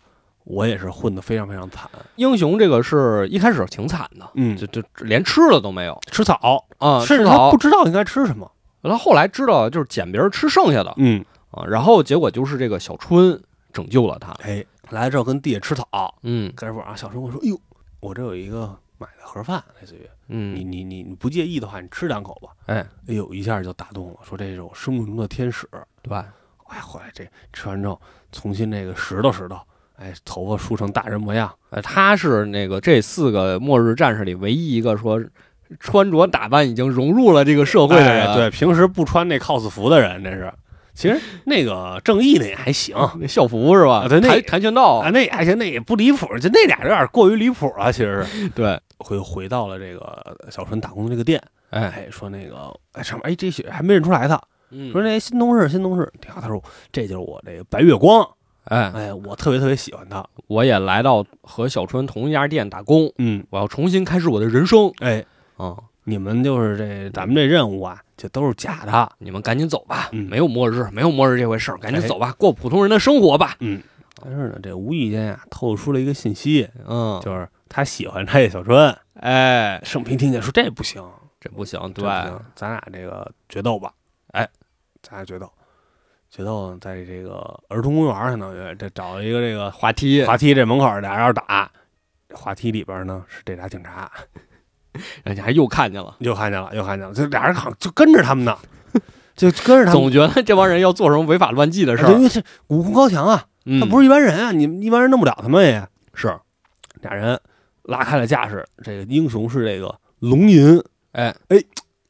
我也是混得非常非常惨。
英雄这个是一开始挺惨的，
嗯，
这这这连吃的都没有
吃草，
啊，
甚
吃
至他
草
不。知道应该吃什么。
他后来知道就是捡别人吃剩下的
嗯，
啊，然后结果就是这个小春拯救了他。
哎，来了之后跟地下吃草，
嗯
跟人说啊，小春跟我说，哎呦，我这有一个买的盒饭，类似于你
嗯，
你你你不介意的话，你吃两口吧。
哎，
哎呦，一下就打动了，说这是我生命中的天使。
对，
哎，后来这吃完之后，重新这个拾掇拾掇，哎，头发梳成大人模样。
呃，他是那个这四个末日战士里唯一一个说穿着打扮已经融入了这个社会的人。
哎对，平时不穿那 cos 服的人，这是。其实那个正义那也还行啊，
那校服是吧？
啊对那
跆跆拳道，
那也还行，那也不离谱，就那俩有点过于离谱了、其实是
对，
回回到了这个小春打工的这个店，
哎，
哎，说那个哎上面哎这血还没认出来他，
嗯
说，这新同事新同事，挺好。他说这就是我这个白月光，
哎，
哎，我特别特别喜欢他，
我也来到和小春同一家店打工，
嗯，
我要重新开始我的人生
哎，
啊、
你们就是这咱们这任务啊，就都是假的，
你们赶紧走吧，
嗯
没有末日，没有末日这回事儿，赶紧走吧，过普通人的生活吧。
嗯，但是呢，这无意间啊透露出了一个信息，
嗯，
就是他喜欢这小春，
哎，
盛平听见说这不行，
这不行，
这
对
不，行，咱俩这个决斗吧，
哎，
咱俩决斗，决斗在这个儿童公园儿相当于这找了一个这个
滑梯，
滑梯这门口儿俩人要打，滑梯里边儿呢是这俩警察，
人家还又看见了，
又看见了，又看见了，这俩人好像就跟着他们呢， 就跟着他们。
总觉得这帮人要做什么违法乱纪的事
啊对因
儿。
为这武功高强啊，
嗯，
他不是一般人啊，你们一般人弄不了他们也。
是，
俩人拉开了架势，这个英雄是这个龙吟，
哎，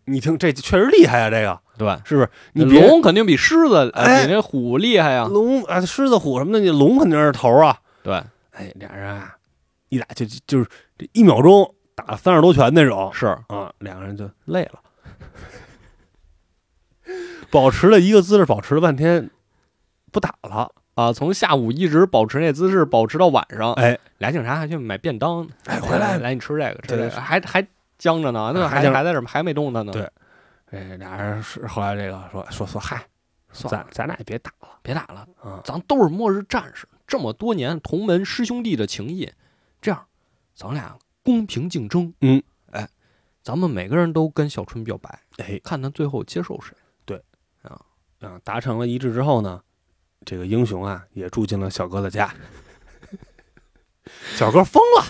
你听这确实厉害啊，这个
对，
是不是？你别
龙肯定比狮子，呃
哎
比那虎厉害呀。
龙啊，狮子虎什么的，你龙肯定是头啊。
对，
哎，俩人啊，一打就就就是这一秒钟打了三十多拳那种
是，
啊，两个人就累了， 保持了一个姿势，保持了半天，不打了。
啊，从下午一直保持那姿势，保持到晚上。
哎，
俩警察还去买便当，
哎回来
来，你吃这个，吃
对
这个，还还僵着呢，那
还
还
僵着
还在这儿还没动弹呢。
对哎，俩人是后来这个说说说，嗨，
算
咱
了，
咱俩也别打了
别打了，
啊，
咱都是末日战士，这么多年同门师兄弟的情谊，这样，咱俩公平竞争。
嗯，
哎，咱们每个人都跟小春表白，
哎
看他最后接受谁。
啊，达成了一致之后呢，这个英雄啊也住进了小哥的家， 小哥疯了，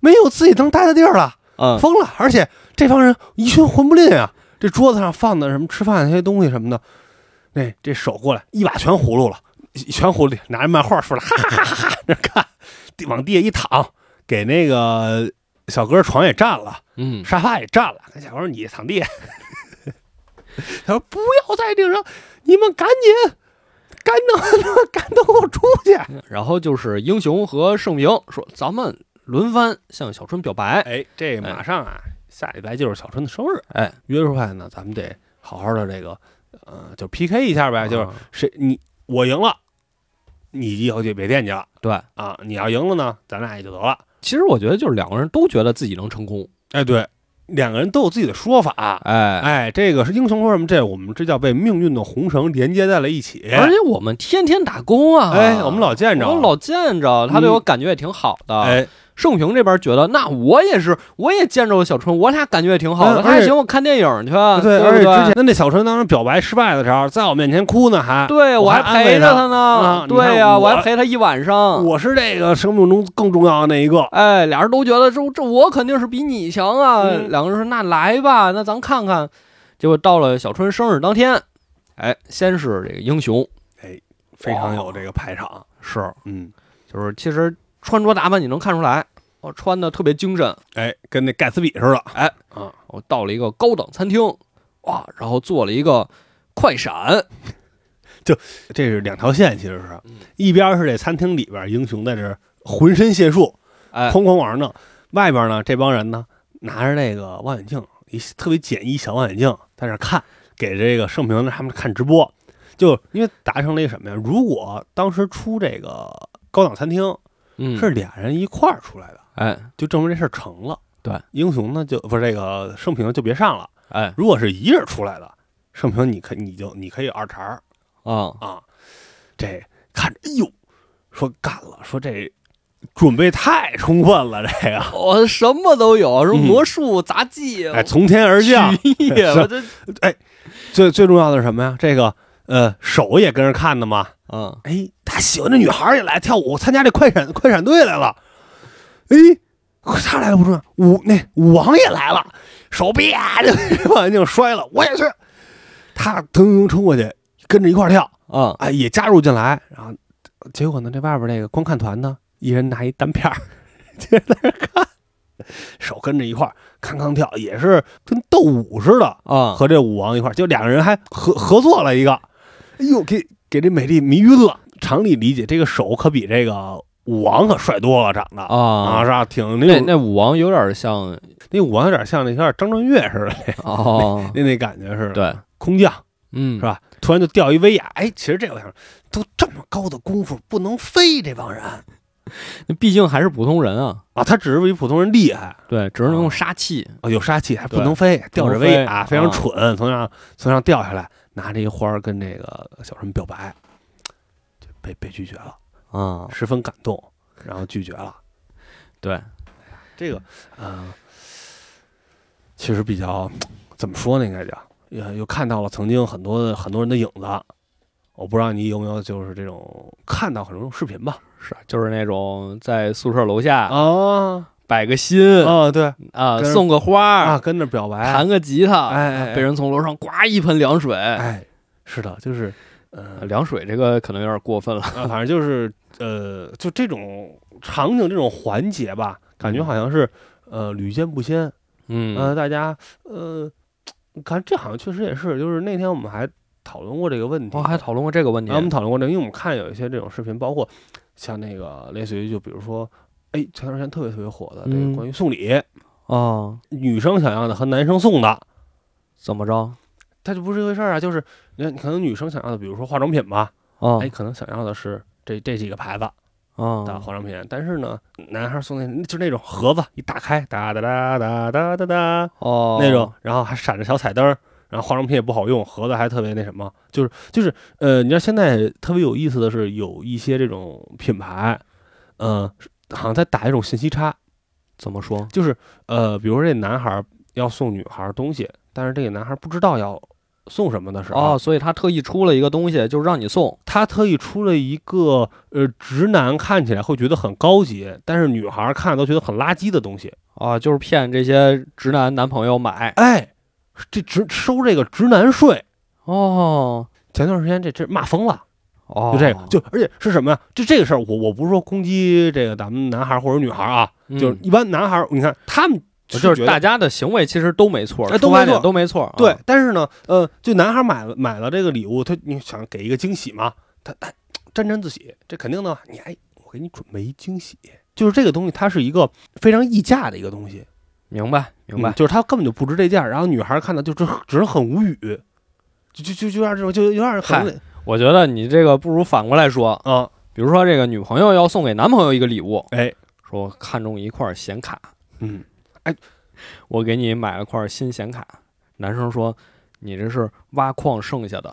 没有自己能待的地儿了。
嗯，
疯了！而且这帮人一群混不吝啊，这桌子上放的什么吃饭那些东西什么的，那这手过来一把全葫芦了，一全葫芦拿着漫画出来，哈哈哈哈哈，那看地往地下一躺，给那个小哥床也占了，
嗯，
沙发也占了。跟小哥说：“你躺 地。”小哥说不要在地上，你们赶紧。赶等，赶等我出去！
然后就是英雄和盛明说，咱们轮番向小春表白。
哎，这马上啊，下礼拜就是小春的生日，
哎，
约出来呢，咱们得好好的这个，呃，就 PK 一下呗，就是
啊
谁你我赢了，你以后就别惦记了
对。
啊，你要赢了呢，咱俩也就得了。
其实我觉得就是两个人都觉得自己能成功，
哎，对，两个人都有自己的说法。
哎，
哎，这个是英雄说什么？这我们这叫被命运的红绳连接在了一起。
而且我们天天打工啊，
哎，我们老见着，
我老见着，他对我感觉也挺好的。
哎，
盛平这边觉得，那我也是，我也见着了小春，我俩感觉也挺好的。
嗯
他还请我看电影去，对
啊对，而且
不
之
对
前的那小春当时表白失败的时候，在我面前哭呢，还
对
我还
还陪着他
安慰他啊
呢，
你看
对呀，
我
我还陪他一晚上。
我是这个生命中更重要的那一个。
哎，俩人都觉得这这我肯定是比你强啊。
嗯
两个人说那来吧，那咱看看。结果到了小春生日当天，哎，先是这个英雄
非常有这个排场。
是，
嗯，
就是其实穿着打扮你能看出来，哦，穿的特别精神。
哎，跟那盖茨比似的。
我到了一个高档餐厅，哇，然后做了一个快闪，
这是两条线，其实是
嗯
一边是这餐厅里边英雄在这儿浑身解数，
哎，
哐哐往上弄；外边呢，这帮人呢拿着那个望远镜，一特别简易小望远镜，在那儿看，给这个盛平他们看直播。就因为达成了一个什么呀？如果当时出这个高档餐厅
嗯，
是俩人一块儿出来的，
哎
就证明这事儿成了。
对，
英雄呢就不是这个盛平就别上了。
哎
如果是一人出来的，盛平你可你就你可以二茬儿
啊，
啊。这看着，哎呦，说干了，说这准备太充分了，这个
我什么都有，什么
嗯
魔术、杂技，
哎，从天而降。
曲艺，
是
我这，
最最重要的是什么呀？这个呃，手也跟着看的嘛。
嗯，
哎，他喜欢的女孩儿也来跳舞，参加这快闪快闪队来了。哎，他来了不重要，舞那舞王也来了，手臂啊就 望远镜摔了，我也去。他腾腾腾冲过去，跟着一块儿跳。
啊，
哎，也加入进来，然后结果呢，这外边那个观看团呢，一人拿一单片儿， 就在那儿看，手跟着一块儿，康康跳，也是跟斗舞似的，
啊，
和这舞王一块儿，就两个人还合合作了一个，哎呦，给给这美丽迷晕了。常理理解，这个手可比这个舞王可帅多了，长得
啊
是吧？挺那
那
种
那武王有点像
那舞王有点像那有点张震岳似的，
哦，
那那感觉似 的，
对，
空降。
嗯，
是吧？突然就掉一威亚，哎，其实这我想，都这么高的功夫不能飞这帮人啊，
那毕竟还是普通人啊，
他只是比普通人厉害
对，只能用杀气，
啊，有杀气，还不
对
能飞，嗯
不
吊
能
着威亚
飞
非常
啊
蠢，从上从上掉下来，拿着一花儿跟这个小春表白，就被被拒绝了，
啊，
十分感动，然后拒绝了。
对，
这个，呃，其实比较怎么说呢？应该讲，也又看到了曾经很多的很多人的影子。我不知道你有没有就是这种看到很多种视频吧？
是，就是那种在宿舍楼下
啊
摆个心
啊，对
啊，
跟人
送个
啊，
花，
跟着表白，
弹个吉他，
哎哎，
被人从楼上呱一盆凉水，
哎，是的，就是，呃，
凉水这个可能有点过分了，
啊反正就是，呃，就这种场景、这种环节吧，感觉好像是，呃，屡见不鲜。呃，
嗯
大家，呃，看这好像确实也是，就是那天我们还讨论过这个问题，
我哦还讨论过这个问题
然后我，们讨论过这个，因为我们看有一些这种视频，包括像那个类似于就比如说，哎，前段时间特别特别火的这
嗯
个关于送礼，
啊，
女生想要的和男生送的。
怎么着
它就不是一回事儿啊，就是你看，你可能女生想要的，比如说化妆品吧，
啊
哎，可能想要的是这这几个牌子的
啊
化妆品，但是呢，男孩送那就那种盒子一打开，哒哒哒哒哒哒哒
哦
那种，然后还闪着小彩灯儿，然后化妆品也不好用，盒子还特别那什么，就是就是呃，你知道现在特别有意思的是，有一些这种品牌，嗯、好像在打一种信息差，
怎么说
就是呃，比如说这男孩儿要送女孩儿东西，但是这个男孩儿不知道要送什么的时候。
哦，所以他特意出了一个东西，就是让你送
他特意出了一个呃，直男看起来会觉得很高级，但是女孩看着都觉得很垃圾的东西。
啊，就是骗这些直男男朋友买
哎，这直收这个直男税。
哦
前段时间这这骂疯了，
哦，
就这个，就而且是什么呀？就这个事儿，我我不是说攻击这个咱们男孩或者女孩啊，
嗯
就是一般男孩，你看他们
就是是
觉得
大家的行为其实都没错，
哎都
出
没
发点
错
都没错，啊
对，但是呢，呃，就男孩买了买了这个礼物，他你想给一个惊喜嘛，他他沾沾自喜，这肯定的嘛。你哎，我给你准备一惊喜，就是这个东西，它是一个非常溢价的一个东西，
明白明
嗯
白，
就是它根本就不值这价。然后女孩看到就只只是很无语，就就就就让这种就有点
嗨
很
我觉得你这个不如反过来说，
啊，
比如说这个女朋友要送给男朋友一个礼物，
哎，
说看中一块显卡，
嗯，哎，
我给你买了块新显卡。”男生说：“你这是挖矿剩下的。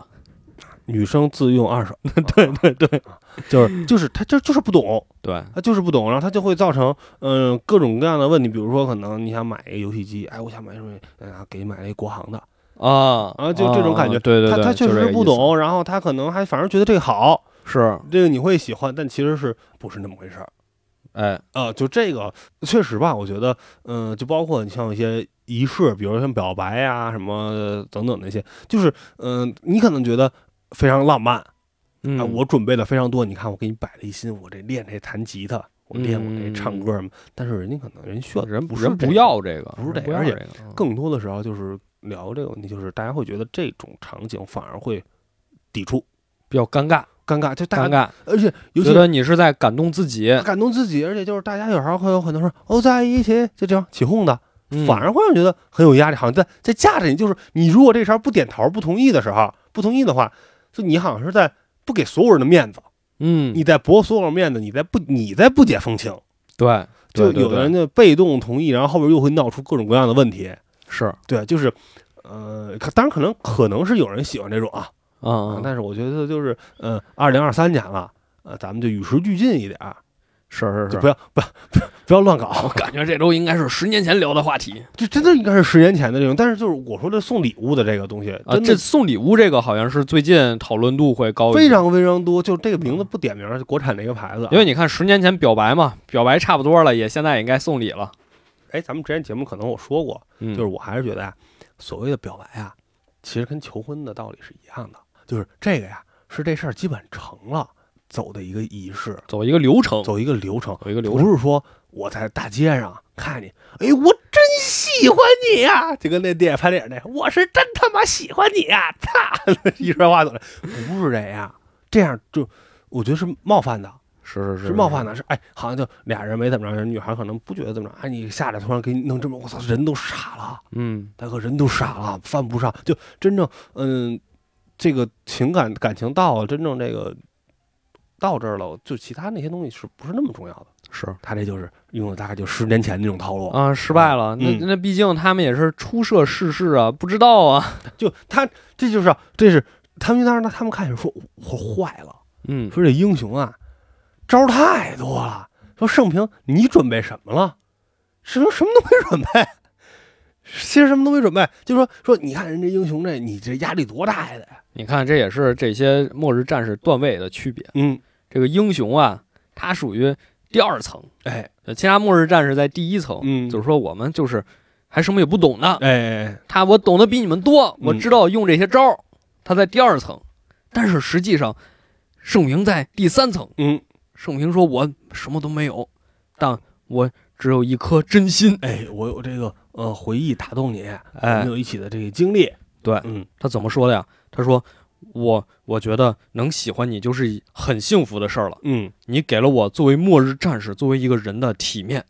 女生自用 二手，对对对，就是就是他就就是不懂，”
对，
他就是不懂，然后他就会造成嗯、呃各种各样的问题，比如说可能你想买一个游戏机，哎，我想买什么，啊，给你买了一国行的，
啊
啊就这种感觉
啊对对对，
他他确
就这
实
个意
不
思，
懂，然后他可能还反而觉得这个好，
是，
这个你会喜欢，但其实是不是那么回事儿
哎，
啊、就这个确实吧，我觉得嗯、就包括你像一些仪式，比如像表白呀、什么呃等等那些，就是嗯、你可能觉得非常浪漫，
嗯，
啊，我准备了非常多，你看我给你摆了一心，我这练这弹吉他，我练我这唱歌什么，但是人家可能人需要
嗯人
不是
人
这
不
个
要这个，
不
人
是这
不
个
要
而
这
且
个，嗯
更多的时候就是聊这个问题，就是大家会觉得这种场景反而会抵触、
比较尴尬，
尴尬，就大
尴
家，
尬，
而且尤其
觉得你是在感动自己，
感动自己，而且就是大家有时候会有很多说哦在一起就这样起哄的，
嗯
反而会让你觉得很有压力，好像在在架着你，就是你如果这时候不点头、不同意的时候，不同意的话，就你好像是在不给所有人的面子，
嗯，
你在驳所有人面子，你在不你在不解风情。
对，
就
对
有的人
对对
就被动同意，然后后边又会闹出各种各样的问题。
是，
对，就是，呃，可当然可能可能是有人喜欢这种啊，
嗯，嗯
但是我觉得就是，呃，二零二三年了，呃，咱们就与时俱进一点儿，
是是哦
就是不，要不要不要不要乱
我
搞，
感觉这都应该是十年前聊的话题
这真的应该是十年前的这种。但是就是我说这送礼物的这个东西，
啊。
真
这
的
送礼物这个好像是最近讨论度会高一
非
些，
常非常多。就这个名字不点名儿，国产的一个牌子啊。
因为你看十年前表白嘛，表白差不多了，也现在也应该送礼了。
哎，咱们之前节目可能我说过，
嗯，
就是我还是觉得啊，所谓的表白啊，其实跟求婚的道理是一样的，就是这个呀，是这事儿基本成了，走的一个仪式，
走一个流程，
走一个流程，
走一个哦流程。
不是说我在大街上看你，哎，我真喜欢你呀、就跟那电影拍电影那，我是真他妈喜欢你呀、啪， 一说话走了，不是这样，这样就我觉得是冒犯的。
是是是
是冒犯的，是哎，好像就俩人没怎么着，女孩可能不觉得怎么着，哎，你下来突然给你弄这么，我操，人都傻了，
嗯，
大哥，人都傻了，犯不上。就真正，嗯，这个情感感情到了，真正这个到这儿了，就其他那些东西是不是那么重要的？
是
他这就是用了大概就十年前那种套路，
啊，失败了。那
嗯
那毕竟他们也是初涉世事啊，不知道啊。
就他这就是这是他们当时他们开始说我坏了，
嗯，
说这英雄啊招儿太多了，说盛平你准备什么了？盛平什么都没准备。其实什么都没准备，就说说，你看人这英雄这，你这压力多大呀？得
你看这也是这些末日战士段位的区别。
嗯，
这个英雄啊，他属于第二层，
哎，
呃其他末日战士在第一层。
嗯
就是说我们就是还什么也不懂呢，
哎，
他我懂得比你们多，
嗯
我知道用这些招儿。他在第二层，但是实际上，盛明在第三层。
嗯，
盛平说：“我什么都没有，但我只有一颗真心。
哎，我有这个呃回忆打动你，”我
哎
们，有一起的这个经历，
对
嗯，
他怎么说的呀？他说：“我我觉得能喜欢你就是很幸福的事儿了。
嗯，
你给了我作为末日战士，作为一个人的体面。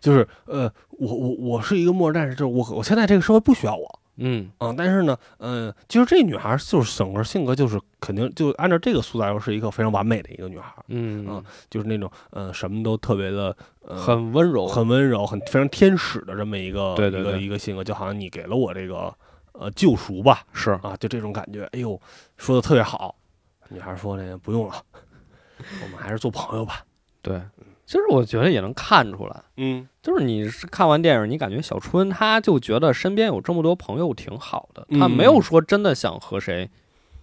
就是呃，我我我是一个末日战士，就是我我现在这个社会不需要我。
嗯
啊、但是呢，呃，就是这女孩儿就是整个性格就是肯定就按照这个塑造，是一个非常完美的一个女孩儿，”
嗯
嗯，就是那种呃什么都特别的呃
很温柔，
很温柔、很非常天使的这么一个
对对对
一个一个性格，就好像你给了我这个呃救赎吧，
是
啊，就这种感觉。哎呦，说的特别好。女孩说：“那个不用了，我们还是做朋友吧。
对。其实我觉得也能看出来，”
嗯，
就是你是看完电影，你感觉小春他就觉得身边有这么多朋友挺好的，他
嗯
没有说真的想和谁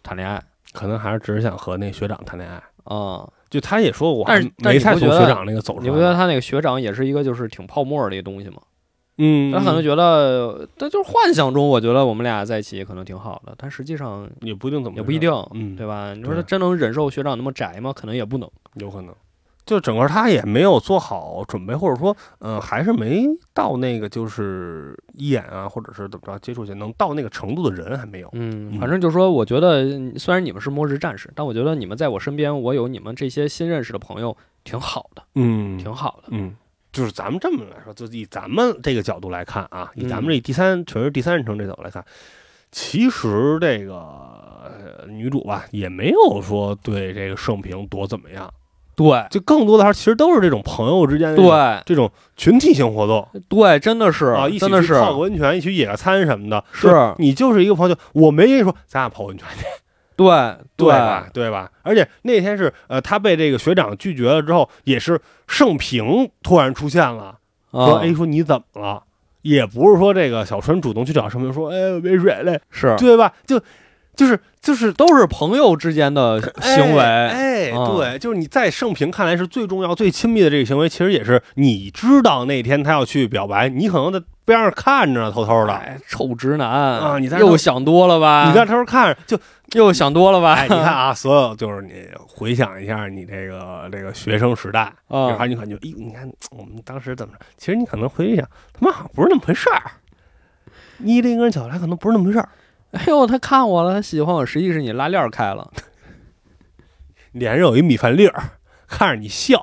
谈恋爱
可能还是只是想和那学长谈恋爱。
啊、
就他也说我
但
还
是但
没
是
太
你不
从
觉
学
得
长那个走出来。
你不觉得他那个学长也是一个就是挺泡沫的一个东西吗？
嗯，
他可能觉得，他就是幻想中，我觉得我们俩在一起也可能挺好的，但实际上
也不一定怎么，
也不一定，
嗯
对吧？你说
对
他真能忍受学长那么宅吗？可能也不能。
有可能。就整个他也没有做好准备，或者说，嗯，还是没到那个就是一眼啊，或者是怎么着接触一下能到那个程度的人还没有。
嗯
嗯
反正就说，我觉得嗯虽然你们是末日战士，但我觉得你们在我身边，我有你们这些新认识的朋友，挺好的，
嗯
挺好的。
嗯，就是咱们这么来说，就以咱们这个角度来看啊，以咱
嗯
们这第三纯是第三人称这角度来看，其实这个、呃女主吧也没有说对这个盛平多怎么样，
对
就更多的还是其实都是这种朋友之间的这种
对
这种群体性活动
对，真的是
啊，一，起
真的
去
是
泡个温泉，一起去野个餐什么的。
是
就你就是一个朋友，我没跟你说咱俩泡温泉去，
对
吧？对吧？而且那天是呃，他被这个学长拒绝了之后，也是盛平突然出现了，说
啊，
哎，说你怎么了？也不是说这个小春主动去找盛平说，哎，我没水了，
是
对吧？就就是就是
都是朋友之间的行为，
哎，哎
啊
对，就是你在盛平看来是最重要、最亲密的这个行为，其实也是你知道那天他要去表白，你可能在边上看着呢，偷偷的，
哎，啊臭直男
啊你在这
又想多了吧？
你在偷偷看着，就
又想多了吧？
哎，你看啊，所有就是你回想一下你这个这个学生时代，然后
啊，
你感觉，哎呦，你看我们当时怎么着？其实你可能回去想，他妈好像不是那么回事儿。你这个人角来可能不是那么回事儿，
哎呦，他看我了，他喜欢我，实际是你拉链开了。
脸上有一米饭粒儿，看着你笑。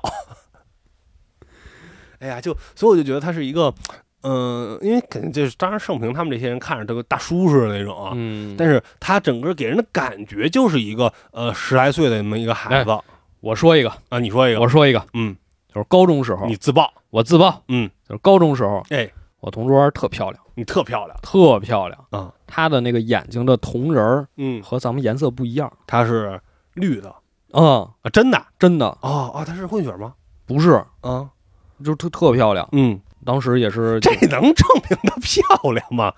哎呀，就所以我就觉得他是一个，嗯、因为肯定就是当然盛平他们这些人看着都跟大叔似的那种啊，
嗯，
但是他整个给人的感觉就是一个呃十来岁的那么一个孩子、
我说一个，
啊。你说一个
哎我，说一个，
嗯，
就是高中时候，
你自曝，
我自曝，
嗯，
就是高中时候，
哎，
我同桌特漂亮，
你特漂亮，
特漂亮
啊！
她的那个眼睛的瞳仁儿
嗯，
和咱们颜色不一样，
他是绿的
嗯，
啊，真的
真的
哦哦，他是混血吗？
不是，
啊，
就是特特漂亮。
嗯，
当时也是，
这能证明她漂亮吗？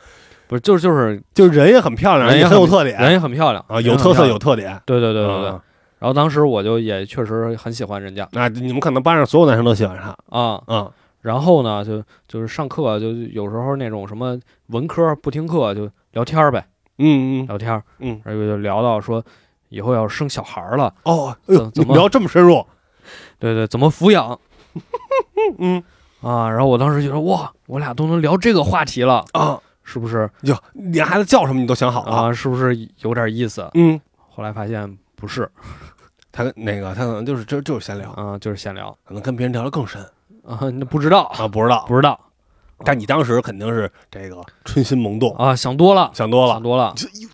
不是就是就是
就是人也很漂亮，
人也
很有
很
特点
人也很漂亮
啊，有特色，有
特
特点。
对对对对对。
嗯
然后当时我就也确实很喜欢人家
那你们可能班上所有男生都喜欢他
啊。
啊，
然后呢，就就是上课就有时候那种什么文科不听课就聊天儿呗，
嗯嗯
聊天儿，
嗯，
然后就聊到说以后要是生小孩儿了，
哦，哎呦，
怎
你
么
们聊这么深入，
对对，怎么抚 养
嗯嗯
啊？然后我当时就说哇，我俩都能聊这个话题了，
啊，
是不是
哟，你孩子叫什么你都想好了，
啊？是不是有点意思？
嗯，
后来发现不是
他跟那个他可能就是这就是闲聊，
啊，就是闲聊
可能跟别人聊的更深
啊，那不知道
啊，不知道，
不知道
但你当时肯定是这个春心萌动，
啊，想多了，
想多
想
了，
多了，
这哟，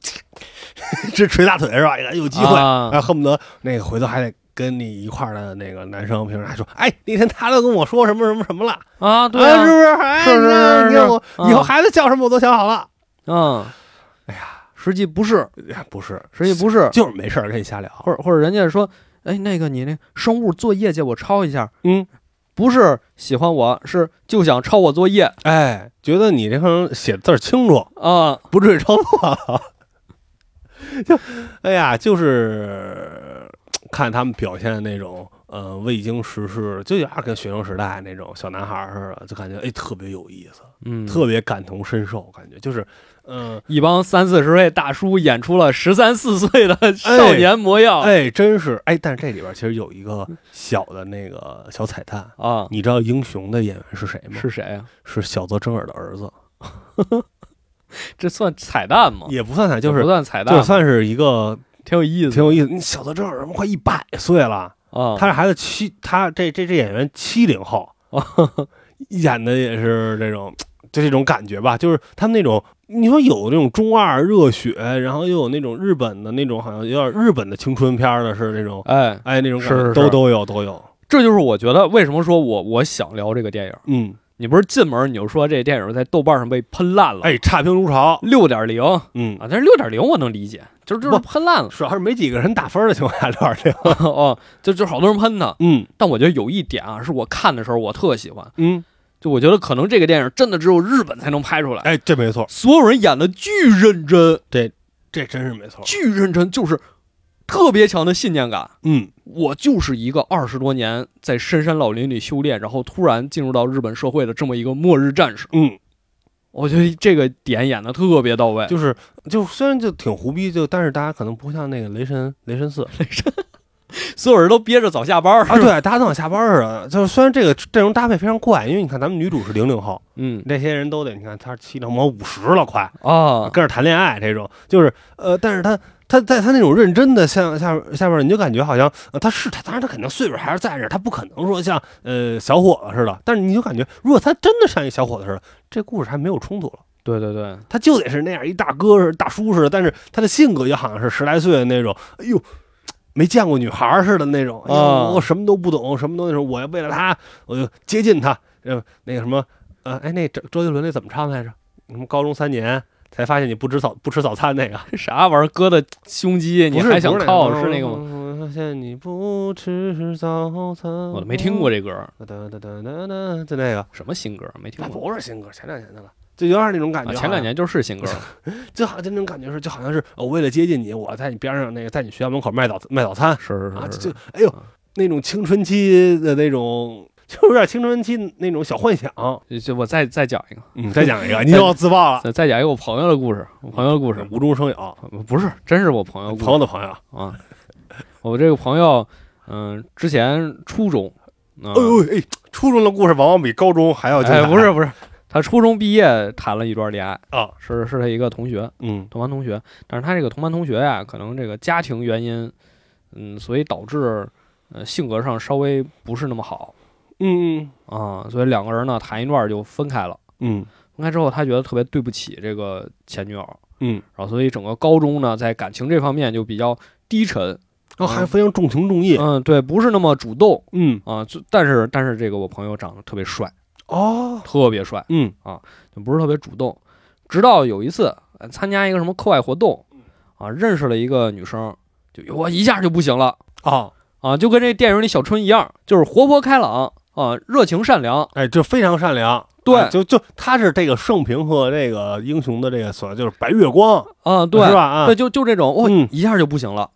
这捶大腿是吧？哎有机会，
啊
啊，恨不得那个回头还得跟你一块儿的那个男生，平时还说，哎，那天他都跟我说什么什么什么了，
啊，对
啊，是
啊，
不是？哎，
是是
你看
是
你
是
看我
啊
以后孩子叫什么我都想好了。
嗯，
哎呀，
实际不是，
哎呀不是，
实际不是，
就是没事儿跟你瞎聊。
或者或者人家说，哎，那个你那生物作业借我抄一下，
嗯，
不是喜欢我，是就想抄我作业
哎，觉得你这份写字儿清楚，
啊，
不至于抄错。 就，哎呀，就是呃看他们表现的那种，呃，未经世事，就有点跟学生时代那种小男孩儿似的，就感觉哎特别有意思，
嗯，
特别感同身受，感觉就是，嗯、
一帮三四十位大叔演出了十三四岁的少年模样、
哎，真是哎，但是这里边其实有一个小的那个小彩蛋，
啊，
你知道英雄的演员是谁吗？
是谁啊呀、
是小泽征尔的儿子，
这算彩蛋吗？
也不算彩，就
这
是
不算彩蛋啊
就
吗，
算是一个
挺有意思
挺有意思。你小泽征尔他妈快一百岁了，
啊。
他这孩子七，他这这这演员七零后，
哦
演的也是这种，就这种感觉吧，就是他们那种。你说有那种中二热血，然后又有那种日本的那种，好像有点日本的青春片儿的是那种，
哎，
哎，那种感觉
是是
都
是
都有都有，
这就是我觉得为什么说我我想聊这个电影。
嗯，
你不是进门你就说这电影在豆瓣上被喷烂了？，
哎，差评如潮，
六点零啊，
嗯，
但是六点零我能理解，就是就是
不
喷烂了。
主要是没几个人打分的情况下，聊这个，
哦，就就好多人喷他，
嗯
但我觉得有一点啊，是我看的时候我特喜欢，
嗯，
就我觉得可能这个电影真的只有日本才能拍出来，
哎，这没错，
所有人演的巨认真，
这真是没错，
巨认真，就是特别强的信念感。
嗯，
我就是一个二十多年在深山老林里修炼，然后突然进入到日本社会的这么一个末日战士。
嗯，
我觉得这个点演的特别到位，
就是就虽然就挺胡逼，就但是大家可能不像那个雷神雷神四
所有人都憋着早下班儿
啊，，对，大家都想下班似的。就是虽然这个阵容搭配非常怪，因为你看咱们女主是零零后，
嗯
那些人都得你看她七零后五十了快，
啊，
跟着谈恋爱这种，就是呃，但是她她在她那种认真的下下下面，你就感觉好像呃她是她，当然她肯定岁数还是在这儿，她不可能说像呃小伙子似的。但是你就感觉，如果她真的像一小伙子似的，这故事还没有冲突了。
对对对，
他就得是那样一大哥似的、大叔似的，但是他的性格也好像是十来岁的那种。哎呦，没见过女孩儿似的那种，哎呦
啊
我什么都不懂，什么都那种，我要为了她，我就接近她，呃，那个什么，呃，哎，那周周杰伦那怎么唱来着？什么高中三年才发现你不吃早不吃早餐那个，
啥玩意儿搁的胸肌，你
不是
还想靠
不是
是那个吗？
吗？我发现你不吃早餐，
我都没听过这歌，
哒哒哒哒哒，就那个，
什么新歌没听
那
过？
不是新歌，前两年的了，就有点那种感觉
啊，
好像，
前两年就是新歌，
就好像就那种感觉是，就好像是我为了接近你，我在你边上那个，在你学校门口卖早卖早餐
是
啊，
是
就是就哎呦
啊，
那种青春期的那种，就有点青春期那种小幻想。
是，就我再再讲一个，
嗯，再讲一 个，你又要自爆了，啊
再再讲一个我朋友的故事，我朋友的故事
无中生有，
不是，真是我朋友的故
嗯朋
事
友的朋友，哎
啊。我这个朋友，嗯、之前初中，嗯、
呦哎，初中的故事往往比高中还要精彩。
哎，不是不是，他初中毕业谈了一段恋爱
啊，
是是他一个同学，
嗯
同班同学，但是他这个同班同学呀、可能这个家庭原因，嗯，所以导致呃性格上稍微不是那么好
嗯
啊，所以两个人呢谈一段就分开了。
嗯
分开之后，他觉得特别对不起这个前女友，
嗯，
然后所以整个高中呢，在感情这方面就比较低沉，
然后还非常重情重义。
嗯，对，不是那么主动
嗯
啊。就但是但是这个我朋友长得特别帅，
哦，
特别帅，
嗯
就不是特别主动。直到有一次呃参加一个什么课外活动，啊，认识了一个女生，就我一下就不行了
啊，
啊，就跟这电影里小春一样，就是活泼开朗啊，热情善良，
哎，就非常善良。
对
哎就就他是这个盛平和这个英雄的这个所就是白月光，
啊，对，
是吧？啊，
对，就就这种，我、
嗯
一下就不行了。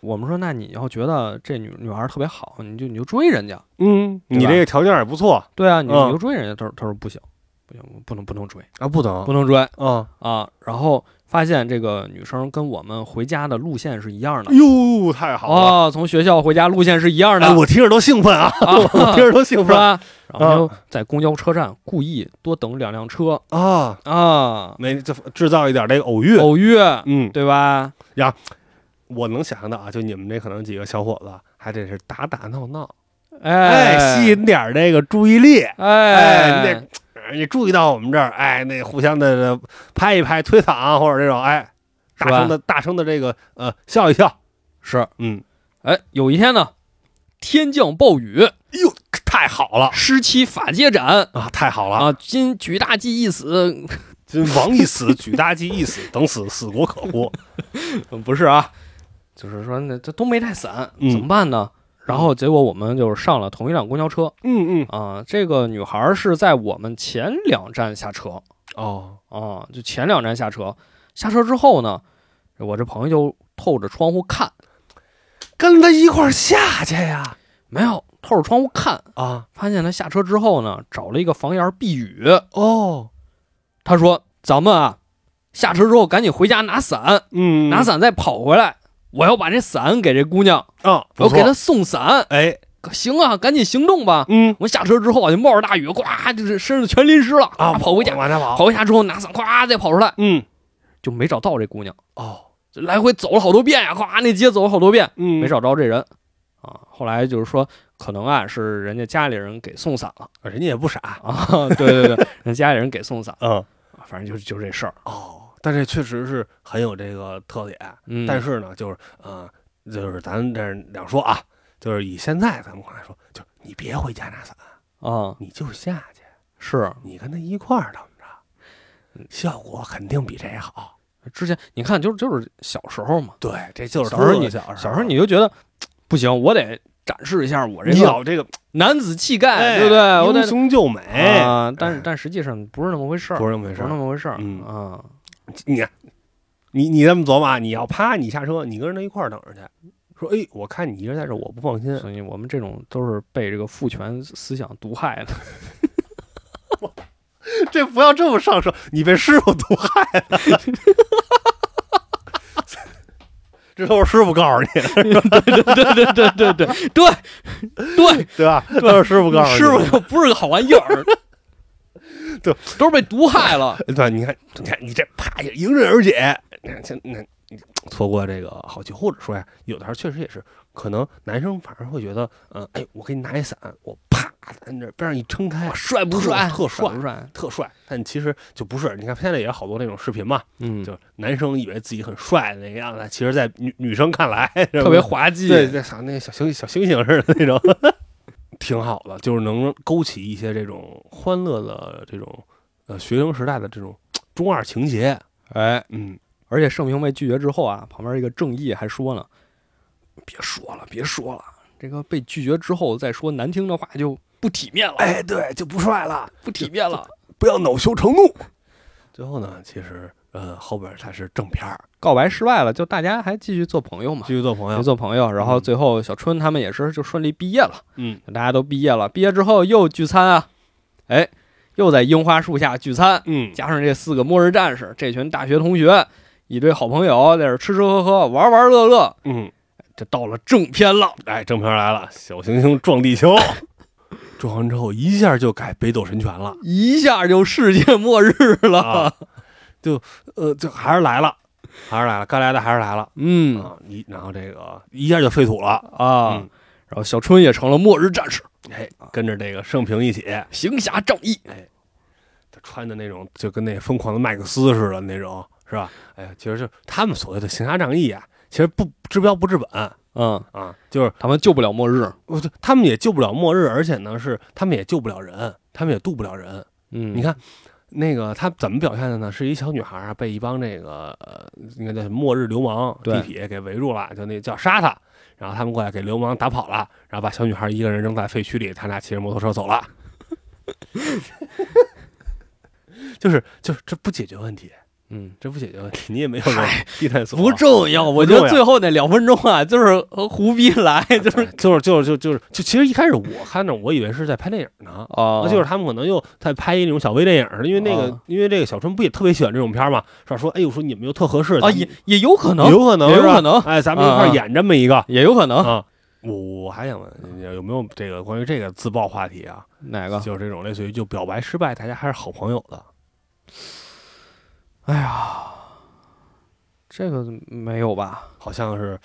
我们说，那你要觉得这女女孩特别好，你就你就追人家，
嗯，你
对吧
这个条件也不错
对啊，你
嗯
你就追人家。他说他说不行，不行，我不能不能追，
啊，不能
不能追
啊，
啊。然后发现这个女生跟我们回家的路线是一样的
哟，太哎好了，
啊，从学校回家路线是一样的，
哎，我听着都兴奋哦啊，
啊
我听着都兴
是
奋
吧？然后就在公交车站故意多等两辆车
啊，
啊，
没就制造一点这个偶遇，
偶遇，
嗯，
对吧？
我能想象到啊，就你们这可能几个小伙子还得是打打闹闹，
哎，
哎，吸引点儿这个注意力，哎，
哎
你，得你注意到我们这儿，哎，那互相的拍一拍、推搡或者这种，哎，
是
大
吧
声的大声的这个呃笑一笑，
是，
嗯，
哎，有一天呢，天降暴雨，
哟，太好了
失期法界斩
啊，太好了，
啊，今举大计一死，
君王一死，举大计一死，等死死国可乎？
不是啊，就是说那这都没带伞，
嗯
怎么办呢？然后结果我们就是上了同一辆公交车
嗯嗯，
啊，这个女孩是在我们前两站下车，
哦，
啊，就前两站下车，下车之后呢，我这朋友就透着窗户看，
跟他一块儿下去呀！
没有透着窗户看，
啊，
发现他下车之后呢，找了一个房檐避雨。
哦，
他说：“咱们啊，下车之后赶紧回家拿伞，
嗯
拿伞再跑回来。我要把这伞给这姑娘，
啊，
我要
不
给她
错，
送伞。
哎，
可行啊，赶紧行动吧。
嗯
我下车之后啊，就冒着大雨，呱，就是身上全淋湿了
啊，
跑回家，
往家跑，
跑回家之后拿伞，咵再跑出来，
嗯，
就没找到这姑娘，
哦，
就来回走了好多遍呀、咵那街走了好多遍。”
嗯
没。找着这人啊。后来就是说，可能啊是人家家里人给送伞了
人家也不傻，
啊。 对对对，人家里人给送伞，
嗯，
啊反正就是就这事儿。
哦，但是确实是很有这个特点，
嗯，
但是呢，就是呃，就是咱这两说啊，就是以现在咱们来说，就是你别回家拿伞，
啊
你就下去，
是
你跟他一块儿等着，效果肯定比这好。
之前你看就是就是小时候嘛，
对，这就是
小时候
特
你
小时候
小时候你就觉得嘖不行，我得展示一下我这
你哎
个
有这个，
男子气概，对不对？我
英
得
雄救美，
啊，但是但实际上不是那么回事儿，
哎不
不
是那么
是
回事
那
儿。
么回事儿
嗯
啊。
你看，你你这么琢磨啊，你要啪，你下车，你跟人家一块儿等着去，说哎，我看你一个人在这儿，我不放心。啊
所以我们这种都是被这个父权思想毒害 的，
这不要这么上升，你被师傅毒害了。 这都是师傅告诉你，
对对对对对对对对，
对吧？都是师傅告诉你。
师傅就不是个好玩意儿，
对，
都是被毒害了。
对，你看，你看，你这啪就迎刃而解，那这那你错过这个好机会，或者呃说呀，有的时候确实也是，可能男生反而会觉得，嗯、哎，我给你拿一伞，我啪在那边上一撑开，
帅不
特
帅？
特帅
不帅？
特帅。但其实就不是，你看现在也有好多那种视频嘛，
嗯，
就男生以为自己很帅的那个样子，其实，在女女生看来
特别滑稽。
对，对，像那个小星小星星似的那种， 挺好的，就是能勾起一些这种欢乐的这种呃学生时代的这种中二情节。
哎，
嗯，
而且盛平被拒绝之后啊，旁边一个正义还说呢：“别说了，别说了，这个被拒绝之后再说难听的话就不体面了，
哎，对，就不帅了，
不体面了。
不要恼羞成怒。最后呢，其实呃后边才是正片儿，
告白失败了，就大家还继续做朋友嘛，
继续做朋
继续
友。
做朋友。然后最后小春他们也是就顺利毕业了，
嗯，
大家都毕业了。毕业之后又聚餐啊，哎，又在樱花树下聚餐，
嗯，
加上这四个末日战士，这群大学同学，一堆好朋友在这吃吃喝喝，玩玩乐乐。
嗯，
这到了正片了，
哎，正片儿来了，小行星撞地球， 撞完之后一下就改北斗神拳了。
一下就世界末日了。
啊， 就呃，就还是来了，还是来了，该来的还是来了
嗯
啊！你然后这个一下就废土了，
啊，
嗯
然后小春也成了末日战士，
哎，跟着这个盛平一起，
行侠仗义。
他穿的那种就跟那疯狂的麦克斯似的那种，是吧？哎呀，其实就他们所谓的行侠仗义啊，其实不治标不治本
嗯，
啊，就是
他们救不了末日。
我就他们也救不了末日，而且呢是他们也救不了人，他们也渡不了人。
嗯，
你看，那个她怎么表现的呢？是一小女孩儿啊被一帮这个呃，应该叫末日流氓
对
地痞给围住了，就那叫杀她。然后他们过来给流氓打跑了，然后把小女孩一个人扔在废墟里，他俩骑着摩托车走了。 就是就是这不解决问题，
嗯，
这不解决问题，你也没有个地毯所，
不重要。我觉
不重
得
要啊
最后那两分钟啊， 就是和胡逼来，就
对
是
就是就是就就是就其实一开始我看着我以为是在拍电影呢。
啊
啊，就是他们可能又在拍一种小微电影儿，因为那个、
啊
因为这个小春不也特别喜欢这种片儿嘛，是吧？说哎呦，说你们又特合适
啊，
咱们
也也有可能，
有可能
也有
是吧
可能
哎，咱们一块
啊啊
儿演这么一个啊
也有可能。
我我还想问，有没有这个关于这个自曝话题啊？
哪个？
就是这种类似于就表白失败，大家还是好朋友的。
哎呀，这个没有吧？
好像是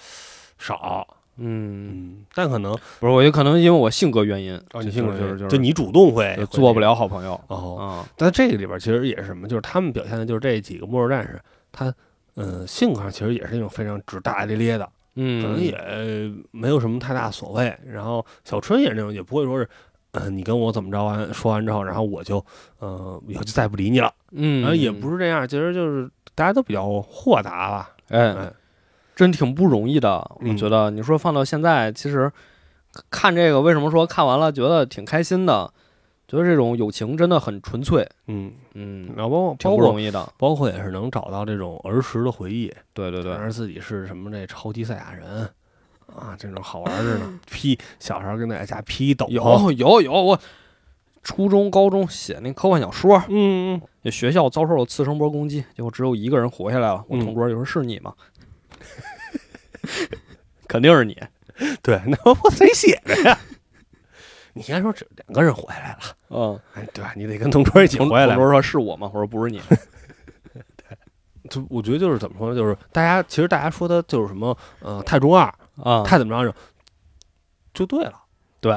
少，
嗯，
嗯，但可能
不是，我有可能因为我性格原因，
哦，
就
你性格
就是
就是你主动会
就
会
做不
这个
了好朋友
哦。
啊。
但这个里边其实也是什么，就是他们表现的就是这几个末日战士，他嗯、呃性格上其实也是那种非常直大咧咧的，
嗯，
可能也呃没有什么太大所谓。然后小春也是那种，也不会说是，呃，你跟我怎么着完说完之后，然后我就，呃，以后就再也不理你了。
嗯，
然后也不是这样，其实就是大家都比较豁达吧。
哎
哎，
真挺不容易的。我
嗯
觉得你说放到现在，其实看这个，为什么说看完了觉得挺开心的？觉得这种友情真的很纯粹，
嗯，
嗯，
然后包括
挺不
包括
容易的。
包括也是能找到这种儿时的回忆，
对对对
然，而自己是什么这超级赛亚人。啊，这种好玩儿着呢，劈小时候跟在家劈斗，
有有有，我初中、高中写那科幻小说，
嗯，嗯，
那学校遭受了次声波攻击，结果只有一个人活下来了。我
嗯
同桌就说：“是你吗？” 肯定是你。
对，那我谁写的呀？ 你应该说只两个人活下来了，
嗯，
哎，对吧？你得跟同桌一起
同
活
嗯
下
同
来。
桌说：“是我吗？”我说：“不 是你。
就我觉得就是怎么说呢，就是大家其实大家说的就是什么，呃，太中二，”
啊，
太怎么着，就对了，
对，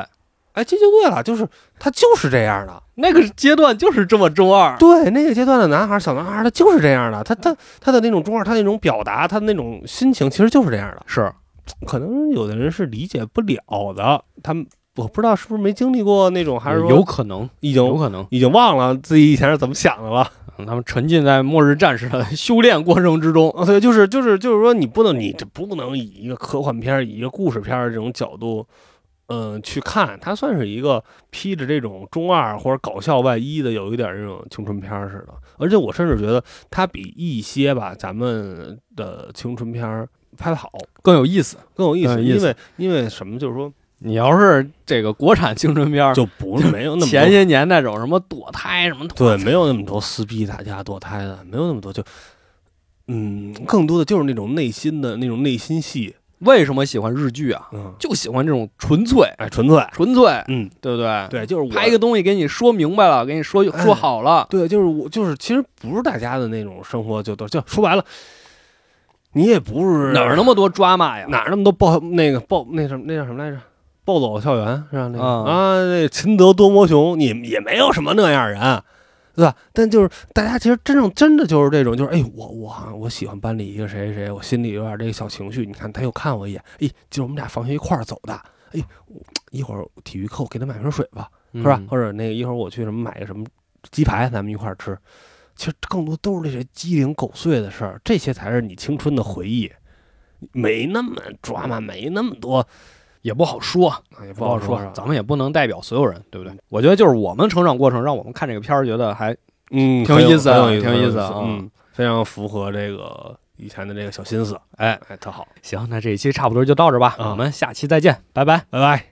哎，这就对了，就是他就是这样的。
那个阶段就是这么中二。
对，那个阶段的男孩，小男孩，他就是这样的，他他他的那种中二，他那种表达，他那种心情，其实就是这样的。
是，
可能有的人是理解不了的，他们我不知道是不是没经历过那种，还是说
有可能，
已
有
经
可能，
已经忘了自己以前是怎么想的了。
嗯他们沉浸在末日战士的 修炼过程之中。
啊，对，就是就是就是说，你不能，你这不能以一个科幻片儿、以一个故事片儿这种角度，嗯、去看，它算是一个披着这种中二或者搞笑外衣的，有一点儿这种青春片儿似的。而且我甚至觉得它比一些吧咱们的青春片儿拍的好，
更有意思。
更有意
更
思，
有意
因
思
为因为什么，就是说
你要是这个国产青春片儿，
就不是没有那么
前
多。
些年那种什么堕胎什么，
对，没有那么多撕逼打架堕胎的，没有那么多就，嗯，更多的就是那种内心的那种内心戏，
为什么喜欢日剧啊？
嗯，
就喜欢这种纯粹、
哎，纯粹，
纯粹，
嗯，
对不对？
对，就是我
拍一个东西给你说明白了，给你说
哎
说好了，
对，就是我就是其实不是大家的那种生活，就都就说白了，你也不是
哪儿那么多抓马呀？
哪儿那么多爆那个爆那什么那叫什么来着？暴走校园是吧？那个、
啊
啊，那秦德多摩雄，你也没有什么那样人，对吧？但就是大家其实真正真的就是这种，就是哎，我我好像我喜欢班里一个谁谁谁，我心里有点这个小情绪，你看他又看我一眼，哎，就是我们俩放学一块儿走的，哎，我一会儿体育课我给他买瓶水吧，
是
是吧？或者那个一会儿我去什么买个什么鸡排，咱们一块儿吃。其实更多都是这些鸡零狗碎的事儿，这些才是你青春的回忆，没那么抓嘛，没那么多，
也不好说，
啊也
不
不
好
好
说
是吧，
咱们也不能代表所有人，对不对？我觉得就是我们成长过程，让我们看这个片儿觉得还
嗯，
挺有
很
意思的
很有
挺有
有
意思的
的
啊
嗯，非常符合这个以前的这个小心思，
哎
哎，特好，
行。那这一期差不多就到这吧，
啊
我们下期再见，拜拜。
拜拜。